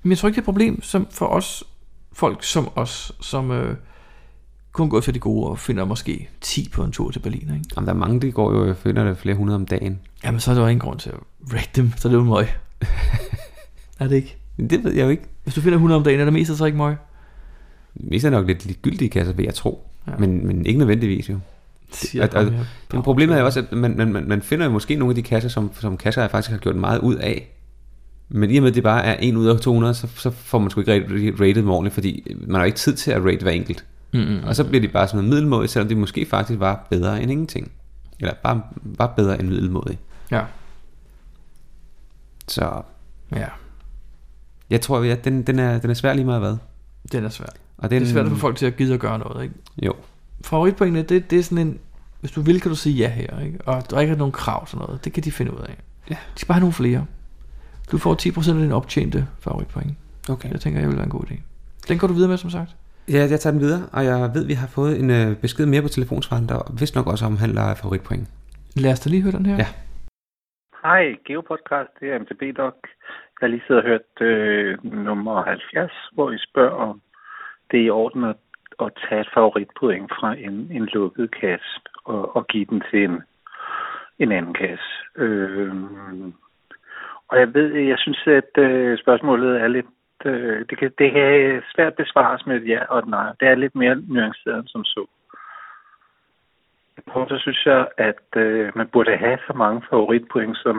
Speaker 1: Men jeg tror ikke, det er et problem som for os, folk som os, som øh, kun går efter de gode og finder måske 10 på en tur til Berlin. Ikke?
Speaker 2: Jamen, der er mange, de går jo og finder det flere hundrede om dagen.
Speaker 1: Jamen, så er der jo ingen grund til at rate dem, så er det jo møg. er det ikke?
Speaker 2: Det ved jeg jo ikke.
Speaker 1: Hvis du finder 100 om dagen, er det mest så ikke møg.
Speaker 2: Mest er nok lidt ligegyldige kasser, vil jeg tro.
Speaker 1: Ja.
Speaker 2: Ja. Men, men ikke nødvendigvis jo.
Speaker 1: siger
Speaker 2: og, og,
Speaker 1: ham her,
Speaker 2: men problemet er jo også, at man, man, man, man finder jo måske nogle af de kasser, som, som kasser faktisk har gjort meget ud af. Men i og med, at det bare er en ud af 200, så, så får man sgu ikke rigtig rated dem ordentligt, fordi man har jo ikke tid til at rate hver enkelt.
Speaker 1: Mm-mm.
Speaker 2: Og så bliver de bare sådan noget middelmådigt, selvom de måske faktisk var bedre end ingenting. Eller bare var bedre end middelmådigt.
Speaker 1: Ja.
Speaker 2: Så
Speaker 1: Ja.
Speaker 2: jeg tror, at den, den, er, den er svær lige meget hvad.
Speaker 1: Den er svær.
Speaker 2: Og
Speaker 1: Og den...
Speaker 2: den-
Speaker 1: Det er svært at få folk til at gide at gøre noget, ikke?
Speaker 2: Jo.
Speaker 1: Favoritpoengene, det, det er sådan en... Hvis du vil, kan du sige ja her, ikke? Og der ikke er nogen krav til noget. Det kan de finde ud af.
Speaker 2: Ja.
Speaker 1: De skal bare have nogle flere. Du får 10% af din optjente favoritpoeng.
Speaker 2: Okay.
Speaker 1: Jeg tænker, jeg vil være en god idé. Den går du videre med, som sagt.
Speaker 2: Ja, jeg tager den videre, og jeg ved, at vi har fået en øh, besked mere på telefonsvaren, der vist nok også omhandler favoritpoint.
Speaker 1: Lad os da lige høre den her.
Speaker 2: Ja.
Speaker 16: Hej, Geopodcast, det er MTB Doc. Jeg har lige siddet og hørt øh, nummer 70, hvor I spørger om det er i orden at, at tage et favoritpoint fra en, en lukket kasse og, og give den til en, en anden kasse. Øh, og jeg ved, jeg synes, at øh, spørgsmålet er lidt, øh, det, kan, det kan svært besvares med et ja og et nej. Det er lidt mere nuanceret end som så. På så synes jeg, at øh, man burde have så mange favoritpoint, som,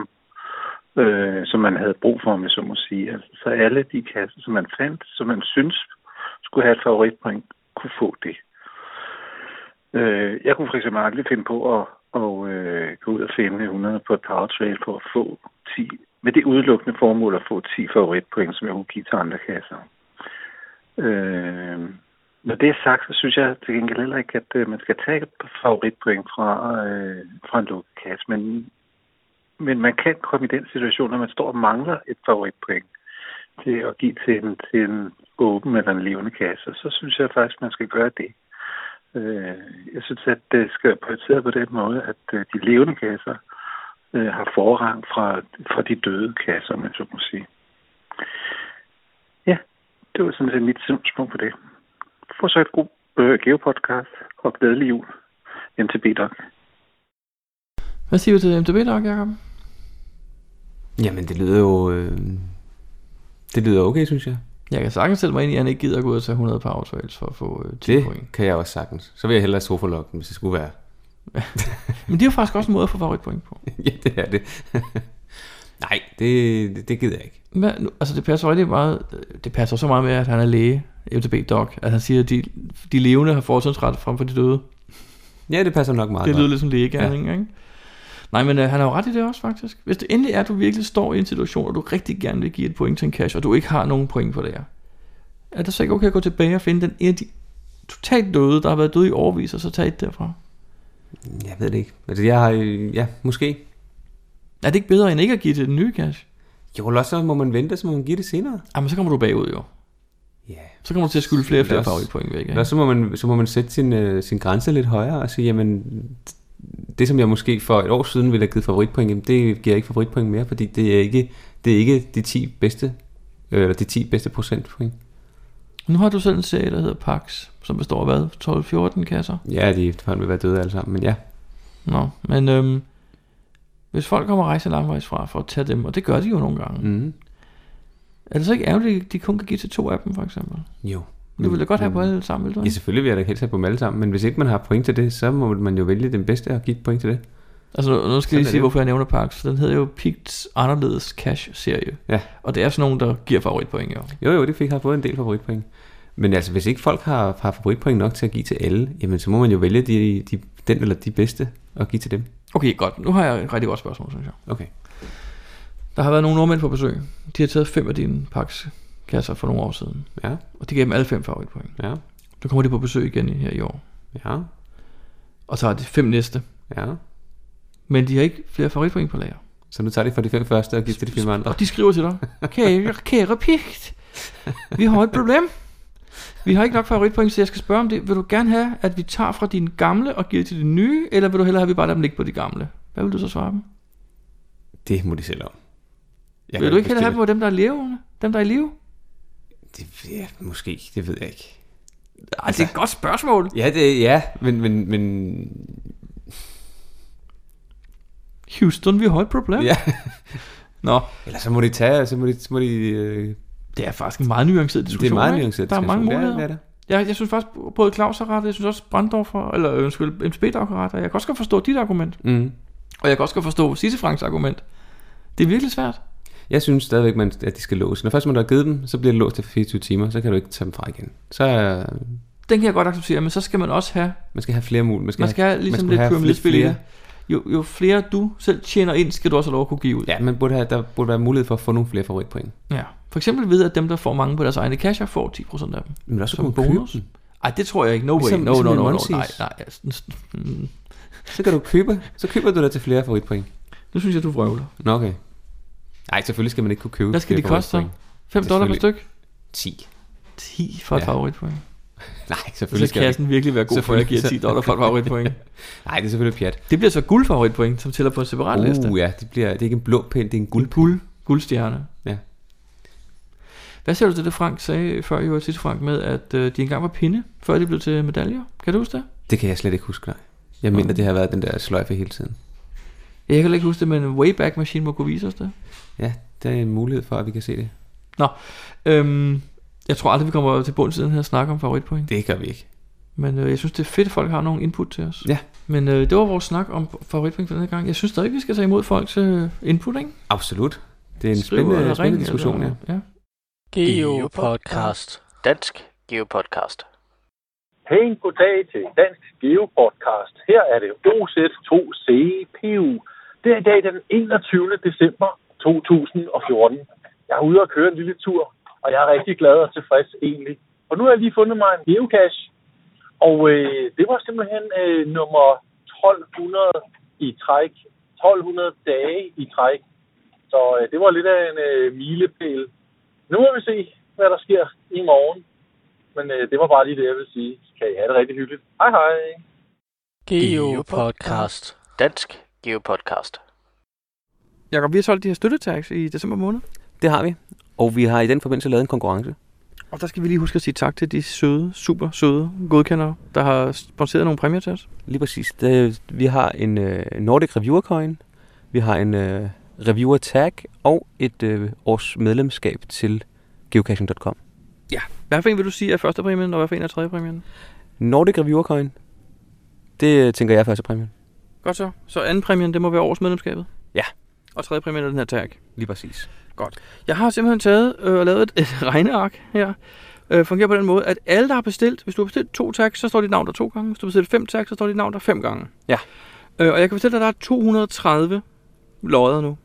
Speaker 16: øh, som man havde brug for, om jeg så må sige. Altså, så alle de kasser, som man fandt, som man synes skulle have et favoritpoint, kunne få det. Øh, jeg kunne for eksempel aldrig finde på at, at øh, gå ud og finde 100 på et powertrail for at få 10, med det udelukkende formål at få 10 favoritpoint, som jeg kunne give til andre kasser. Øh, når det er sagt, så synes jeg til gengæld heller ikke, at øh, man skal tage et favoritpoint fra, øh, fra en lukket kasse, men, men man kan komme i den situation, at man står og mangler et favoritpoint til at give til en, til en åben eller en levende kasse, og så synes jeg faktisk, at man skal gøre det. Øh, jeg synes, at det skal prioriteres på den måde, at øh, de levende kasser øh, har forrang fra, fra de døde kasser, om man så må sige. Ja, det var sådan set mit synspunkt på det. Få så et god øh, geopodcast, og glædelig jul. MTB Doc.
Speaker 1: Hvad siger du til MDB, Doc, Jacob?
Speaker 2: Jamen, det lyder jo... Øh, det lyder okay, synes jeg.
Speaker 1: Jeg kan sagtens sætte mig ind i, at han ikke gider at gå ud og tage 100 power trails for at få øh, 10
Speaker 2: Det
Speaker 1: point.
Speaker 2: kan jeg også sagtens. Så vil jeg hellere sofa-lokken, hvis det skulle være.
Speaker 1: Men det er jo faktisk også en måde at få favoritpoint på.
Speaker 2: ja, det er det. Nej, det, det, det gider jeg ikke.
Speaker 1: Hvad, nu, altså det passer rigtig meget, det passer så meget med, at han er læge, MTB Doc, at han siger, at de, de levende har fortrinsret frem for de døde.
Speaker 2: Ja, det passer nok meget
Speaker 1: det
Speaker 2: godt.
Speaker 1: lyder lidt som lægegerning, ja. ikke? Nej, men øh, han har jo ret i det også, faktisk. Hvis det endelig er, at du virkelig står i en situation, og du rigtig gerne vil give et point til en cash, og du ikke har nogen point for det her, er det så ikke okay at gå tilbage og finde den ene af de totalt døde, der har været døde i overvis, og så tage et derfra?
Speaker 2: Jeg ved det ikke. Altså, jeg har... øh, Ja, måske.
Speaker 1: Er det ikke bedre, end ikke at give det den nye cash? Ah,
Speaker 2: Jo, eller også så må man vente, så må man give det senere.
Speaker 1: Jamen, så kommer du bagud jo.
Speaker 2: Ja.
Speaker 1: Så kommer du til at skylde flere og flere
Speaker 2: Eller også-
Speaker 1: favoritpoint væk, ikke?
Speaker 2: eller også Så må man, så må man sætte sin, øh, sin grænse lidt højere og sige, jamen, det som jeg måske for et år siden ville have givet favoritpoint, jamen, det giver jeg ikke favoritpoint mere, fordi det er ikke, det er ikke de 10 bedste, øh, eller de 10 bedste procentpoint.
Speaker 1: Nu har du selv en serie, der hedder Pax, som består af hvad? 12-14 kasser?
Speaker 2: Ja, de efterhånden vil være døde alle sammen, men ja.
Speaker 1: Nå, men øhm, hvis folk kommer rejse langvejs fra for at tage dem, og det gør de jo nogle gange,
Speaker 2: mm.
Speaker 1: er det så ikke ærgerligt, at de kun kan give til to af dem, for eksempel?
Speaker 2: Jo.
Speaker 1: Du ville da godt have
Speaker 2: Men-
Speaker 1: på alle sammen, ville du?
Speaker 2: Ja,
Speaker 1: ikke?
Speaker 2: selvfølgelig vil jeg da helst have på dem alle sammen, men hvis ikke man har point til det, så må man jo vælge den bedste og give et point til det.
Speaker 1: Altså, nu- nu skal
Speaker 2: Sådan
Speaker 1: jeg lige
Speaker 2: er
Speaker 1: sige,
Speaker 2: det.
Speaker 1: hvorfor jeg nævner Pax. Den hedder jo Pigts Anderledes Cash-serie.
Speaker 2: Ja.
Speaker 1: Og det er sådan nogen, der giver favoritpoint, jo.
Speaker 2: Jo, jo, det fik har fået en del favoritpoint. Men altså, hvis ikke folk har, har favoritpoint nok til at give til alle, jamen så må man jo vælge de, de, den eller de bedste og give til dem.
Speaker 1: Okay, godt. Nu har jeg et rigtig godt spørgsmål, synes jeg.
Speaker 2: Okay.
Speaker 1: Der har været nogle nordmænd på besøg. De har taget fem af dine pakskasser for nogle år siden.
Speaker 2: Ja.
Speaker 1: Og de gav dem alle fem favoritpoint.
Speaker 2: Ja.
Speaker 1: Nu kommer de på besøg igen her i år.
Speaker 2: Ja.
Speaker 1: Og så har de fem næste.
Speaker 2: Ja.
Speaker 1: Men de har ikke flere favoritpoint på lager.
Speaker 2: Så nu tager de for de fem første og giver til de fem andre.
Speaker 1: Og de skriver til dig, kære, kære pigt, vi har et problem. Vi har ikke nok favoritpoint, så jeg skal spørge om det. Vil du gerne have, at vi tager fra dine gamle og giver til de nye, eller vil du hellere have, at vi bare lader dem ligge på de gamle? Hvad vil du så svare dem?
Speaker 2: Det må de selv om.
Speaker 1: Jeg vil du ikke hellere have dem på dem, der er levende? Dem, der er i live?
Speaker 2: Ja, måske. Det ved jeg ikke.
Speaker 1: Ej, det er et godt spørgsmål.
Speaker 2: altså- Ja, det, ja men, men, men...
Speaker 1: Houston, vi har et problem.
Speaker 2: Ja.
Speaker 1: Nå.
Speaker 2: Eller så må de tage, så må de... Så må de øh...
Speaker 1: Det er faktisk en meget nuanceret
Speaker 2: Det
Speaker 1: diskussion,
Speaker 2: er meget
Speaker 1: ikke?
Speaker 2: nuanceret
Speaker 1: Der er mange
Speaker 2: diskussion.
Speaker 1: muligheder.
Speaker 2: Det er, det er det.
Speaker 1: Jeg, jeg synes faktisk, både Claus har ret, jeg synes også Brandorf, har- eller øh, undskyld, MSB har ret, og jeg kan også godt forstå dit argument.
Speaker 2: Mhm.
Speaker 1: Og jeg kan også godt forstå Sisse Franks argument. Det er virkelig svært.
Speaker 2: Jeg synes stadigvæk, man, at de skal låse. Når først man har givet dem, så bliver det låst efter 24 timer, så kan du ikke tage dem fra igen. Så øh,
Speaker 1: Den kan jeg godt acceptere, men så skal man også have,
Speaker 2: man skal have flere muligheder.
Speaker 1: man skal have ligesom lidt pyramidespil i det. Jo, jo flere du selv tjener ind, skal du også have lov at kunne give ud.
Speaker 2: Ja, man burde have, der burde være mulighed for at få nogle flere favoritpoint.
Speaker 1: Ja. For eksempel ved, at dem, der får mange på deres egne kasser, får 10% af dem.
Speaker 2: Men også
Speaker 1: Som
Speaker 2: kunne man
Speaker 1: bonus. Ej, det tror jeg ikke. No way.
Speaker 2: Ligesom-
Speaker 1: no,
Speaker 2: ligesom
Speaker 1: no,
Speaker 2: i
Speaker 1: no, no,
Speaker 2: Monsis.
Speaker 1: Nej, nej. altså, mm.
Speaker 2: Så kan du købe, så køber du dig til flere favoritpoint.
Speaker 1: Nu synes jeg, du vrøvler.
Speaker 2: Nå, okay. Nej, selvfølgelig skal man ikke kunne købe
Speaker 1: Hvad skal de
Speaker 2: flere
Speaker 1: koste så?
Speaker 2: favoritpoint.
Speaker 1: 5
Speaker 2: Det er
Speaker 1: dollar per
Speaker 2: selvfølgelig-
Speaker 1: styk?
Speaker 2: 10.
Speaker 1: 10 for et
Speaker 2: Ja.
Speaker 1: favoritpoint.
Speaker 2: Nej, selvfølgelig
Speaker 1: Så kan kassen virkelig være god, for at jeg giver 10 dollar for et favoritpoint.
Speaker 2: Nej, det er selvfølgelig pjat.
Speaker 1: Det bliver så guldfavoritpoint, som tæller på en separat liste.
Speaker 2: Uh, ja, det, bliver, det er ikke en blå pind, det er en guld.
Speaker 1: Guld, guldstjerne.
Speaker 2: Ja.
Speaker 1: Hvad siger du til det, Frank sagde før, jo sidste Frank, med at øh, de engang var pinde, før de blev til medaljer? Kan du huske det?
Speaker 2: Det kan jeg slet ikke huske, nej. Jeg mener, det har været den der sløjfe hele tiden.
Speaker 1: Jeg kan heller ikke huske det, men Wayback Machine må kunne vise os det.
Speaker 2: Ja, der er en mulighed for, at vi kan se det.
Speaker 1: Nå, øhm, jeg tror aldrig, vi kommer til bunds i den her snak om favoritpoint.
Speaker 2: Det gør vi ikke.
Speaker 1: Men øh, jeg synes, det er fedt, at folk har nogle input til os.
Speaker 2: Ja.
Speaker 1: Men øh, det var vores snak om favoritpoint for den her gang. Jeg synes stadig, vi skal tage imod folks øh, input, ikke?
Speaker 2: Absolut. Det er en
Speaker 1: Skriv eller
Speaker 2: spændende,
Speaker 1: ring,
Speaker 2: spændende diskussion, ja.
Speaker 1: eller- ja.
Speaker 5: Geopodcast. Dansk Geopodcast.
Speaker 17: Hej, goddag til Dansk Geopodcast. Her er det OZ2CPU. Det er i dag den 21. december 2014. Jeg er ude og køre en lille tur, og jeg er rigtig glad og tilfreds egentlig. Og nu har jeg lige fundet mig en geocache, og øh, det var simpelthen øh, nummer 1200 i træk. 1200 dage i træk. Så øh, det var lidt af en øh, milepæl. Nu må vi se, hvad der sker i morgen. Men øh, det var bare lige det, jeg ville sige. Kan I have det rigtig hyggeligt. Hej hej.
Speaker 5: Geopodcast. Dansk Geopodcast.
Speaker 10: Jakob, vi har solgt de her støttetags i december måned.
Speaker 2: Det har vi. Og vi har i den forbindelse lavet en konkurrence.
Speaker 10: Og der skal vi lige huske at sige tak til de søde, super søde godkendere, der har sponsoreret nogle præmier til os.
Speaker 2: Lige præcis. Det, vi har en øh, Nordic Reviewer Coin, vi har en øh, Reviewer Tag og et øh, års medlemskab til geocaching.com.
Speaker 10: Ja. Hvad for en vil du sige er første præmien, og hvad for en er tredje præmien?
Speaker 2: Nordic Reviewer Coin, det øh, tænker jeg er første præmien.
Speaker 10: Godt så. Så anden præmien, det må være års medlemskabet.
Speaker 2: Ja.
Speaker 10: Og tredje præmien er den her tag.
Speaker 2: Lige præcis.
Speaker 10: Godt. Jeg har simpelthen taget øh, og lavet et, et regneark her. Øh, fungerer på den måde, at alle, der har bestilt, hvis du har bestilt to tags, så står dit navn der to gange. Hvis du har bestilt fem tags, så står dit navn der fem gange.
Speaker 2: Ja.
Speaker 10: Øh, og jeg kan fortælle dig, at der er 230 lodder nu.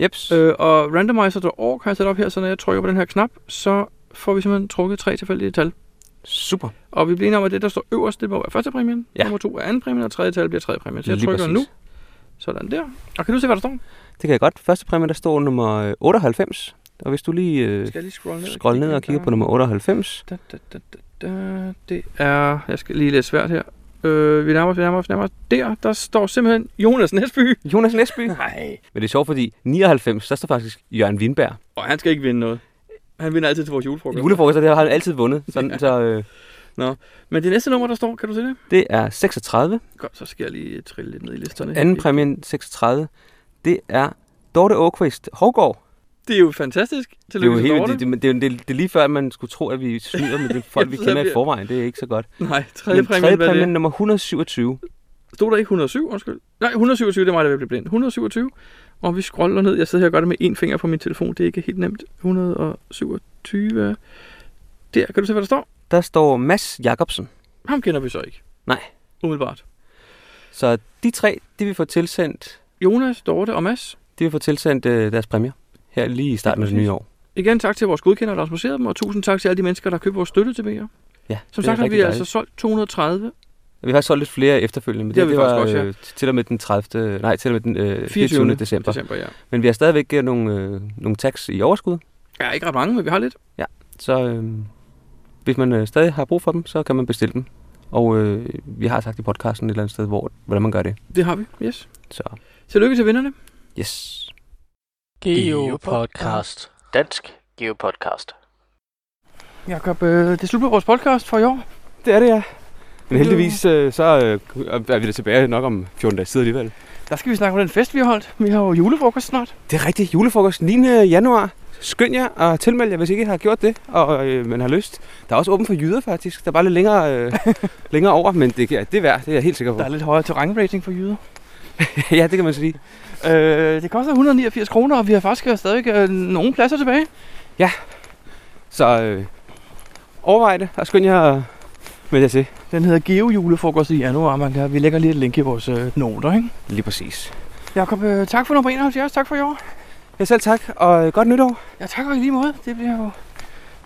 Speaker 2: Jeps.
Speaker 10: Øh, og randomizer der år kan jeg sætte op her, så når jeg trykker på den her knap, så får vi simpelthen trukket tre tilfældige tal.
Speaker 2: Super.
Speaker 10: Og vi bliver enige om, at det, der står øverst, det må være første præmien.
Speaker 2: Ja.
Speaker 10: Nummer to er anden præmien, og tredje tal bliver tredje præmien. Så jeg
Speaker 2: Lige
Speaker 10: trykker
Speaker 2: præcis.
Speaker 10: nu. Sådan der. Og kan du se, hvad der står?
Speaker 2: Det kan jeg godt. Første præmie, der står nummer øh, 98. Og hvis du lige, øh,
Speaker 1: Skal jeg lige scrolle ned og
Speaker 2: scrolle ned og kigger på nummer 98.
Speaker 1: Da, da, da, da, da, det er... Jeg skal lige lidt svært her. Øh, vi nærmer os, vi nærmer os, vi nærmer os. Der, der står simpelthen Jonas Nesby.
Speaker 2: Jonas Nesby?
Speaker 1: Nej.
Speaker 2: Men det er sjovt, fordi 99, der står faktisk Jørgen Windberg.
Speaker 1: Og han skal ikke vinde noget. Han vinder altid til vores julefrokost.
Speaker 2: Julefrokoster, det har han altid vundet. Sådan, så, øh,
Speaker 1: Nå, men det næste nummer, der står, kan du se det?
Speaker 2: det er 36.
Speaker 1: Godt, så skal jeg lige trille lidt ned i listerne.
Speaker 2: Anden præmien 36, det er Dorte Åkvist Hovgaard.
Speaker 1: Det er jo fantastisk.
Speaker 2: Det er jo
Speaker 1: Tillykke til
Speaker 2: helt,
Speaker 1: Dorte.
Speaker 2: det, det, det, det, det er lige før, at man skulle tro, at vi snyder med det folk, vi
Speaker 1: så
Speaker 2: kender i
Speaker 1: bliver-
Speaker 2: forvejen. Det er ikke så godt.
Speaker 1: Nej, tredje
Speaker 2: Men
Speaker 1: præmien,
Speaker 2: tredje
Speaker 1: hvad er det?
Speaker 2: præmien nummer 127.
Speaker 1: Stod der ikke 107, undskyld? Nej, 127, det er mig, der vil blive blind. 127, og vi scroller ned. Jeg sidder her og gør det med en finger på min telefon. Det er ikke helt nemt. 127. Der, kan du se, hvad der står?
Speaker 2: Der står Mads Jacobsen.
Speaker 1: Ham kender vi så ikke.
Speaker 2: Nej.
Speaker 1: Umiddelbart.
Speaker 2: Så de tre, de vil få tilsendt...
Speaker 1: Jonas, Dorte og Mads.
Speaker 2: De vil få tilsendt øh, deres præmier her lige i starten af det nye år.
Speaker 1: Igen tak til vores godkender, der har sponsoreret dem, og tusind tak til alle de mennesker, der har købt vores støtte til mere.
Speaker 2: Ja,
Speaker 1: Som
Speaker 2: det
Speaker 1: sagt
Speaker 2: er
Speaker 1: har vi
Speaker 2: rigtig
Speaker 1: altså
Speaker 2: dejligt.
Speaker 1: solgt 230.
Speaker 2: Vi har solgt lidt flere efterfølgende, men
Speaker 1: Det har
Speaker 2: det,
Speaker 1: vi
Speaker 2: det, var
Speaker 1: faktisk også, ja.
Speaker 2: øh, til og med den 30. Nej, til og med den øh,
Speaker 1: 24.
Speaker 2: 24. december.
Speaker 1: december, ja.
Speaker 2: Men vi har stadigvæk øh, nogle, øh, nogle tax i overskud,
Speaker 1: Ja, ikke ret mange, men vi har lidt.
Speaker 2: Ja. så øh, hvis man øh, stadig har brug for dem, så kan man bestille dem. Og øh, vi har sagt i podcasten et eller andet sted, hvor, hvordan man gør det.
Speaker 1: Det har vi, yes.
Speaker 2: Så
Speaker 1: Tillykke til vinderne.
Speaker 2: yes.
Speaker 3: Geopodcast. Dansk Geopodcast.
Speaker 1: Jakob, øh, det er slut på vores podcast for i år.
Speaker 2: Det er det, ja. Men heldigvis, øh, så øh, er vi da tilbage nok om 14 dage siden alligevel.
Speaker 1: Der skal vi snakke om den fest, vi har holdt. Vi har jo julefrokost snart.
Speaker 2: Det er rigtigt. Julefrokost 9. Øh, januar. Skynd jer og tilmeld jer, hvis ikke I har gjort det, og øh, man har lyst. Der er også åben for jyder, faktisk. Der er bare lidt længere, øh, længere over, men det, ja, det er værd. Det er jeg helt sikker på.
Speaker 1: Der er lidt højere terrænrating for jyder.
Speaker 2: ja, det kan man sige.
Speaker 1: Øh, det koster 189 kroner, og vi har faktisk stadig øh, nogle pladser tilbage.
Speaker 2: Ja. Så øh, overvej det, og skynd jer at melde jer til.
Speaker 1: Den hedder Geo Julefrokost i januar. Man kan, vi lægger lige et link i vores øh, noter, ikke?
Speaker 2: Lige præcis.
Speaker 1: Jakob, øh, tak for nummer 71. Tak for i år.
Speaker 2: Ja, selv tak, og øh, godt nytår.
Speaker 1: Ja, tak og i lige måde. Det bliver jo... Det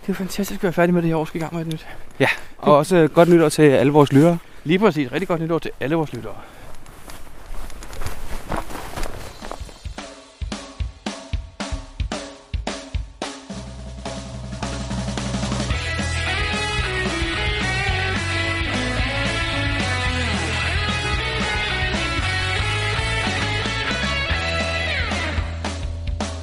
Speaker 1: er jo fantastisk at være færdig med det her år, og skal i gang med et nyt.
Speaker 2: Ja, og også øh, godt nytår til alle vores lyttere.
Speaker 1: Lige præcis. Rigtig godt nytår til alle vores lyttere.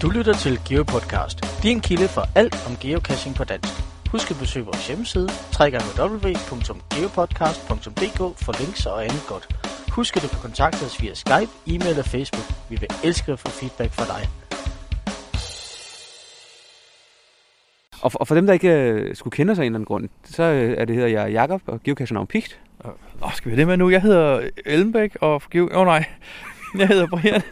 Speaker 3: Du lytter til GeoPodcast, din kilde for alt om geocaching på dansk. Husk at besøge vores hjemmeside, www.geopodcast.dk for links og andet godt. Husk at du kan kontakte os via Skype, e-mail og Facebook. Vi vil elske at få feedback fra dig.
Speaker 2: Og for, og for dem, der ikke øh, skulle kende os af en eller anden grund, så øh, er det, hedder jeg Jakob og geocacher navn Pigt.
Speaker 1: Åh, skal vi have det med nu? Jeg hedder Ellenbæk og... Åh oh, nej, jeg hedder Brian.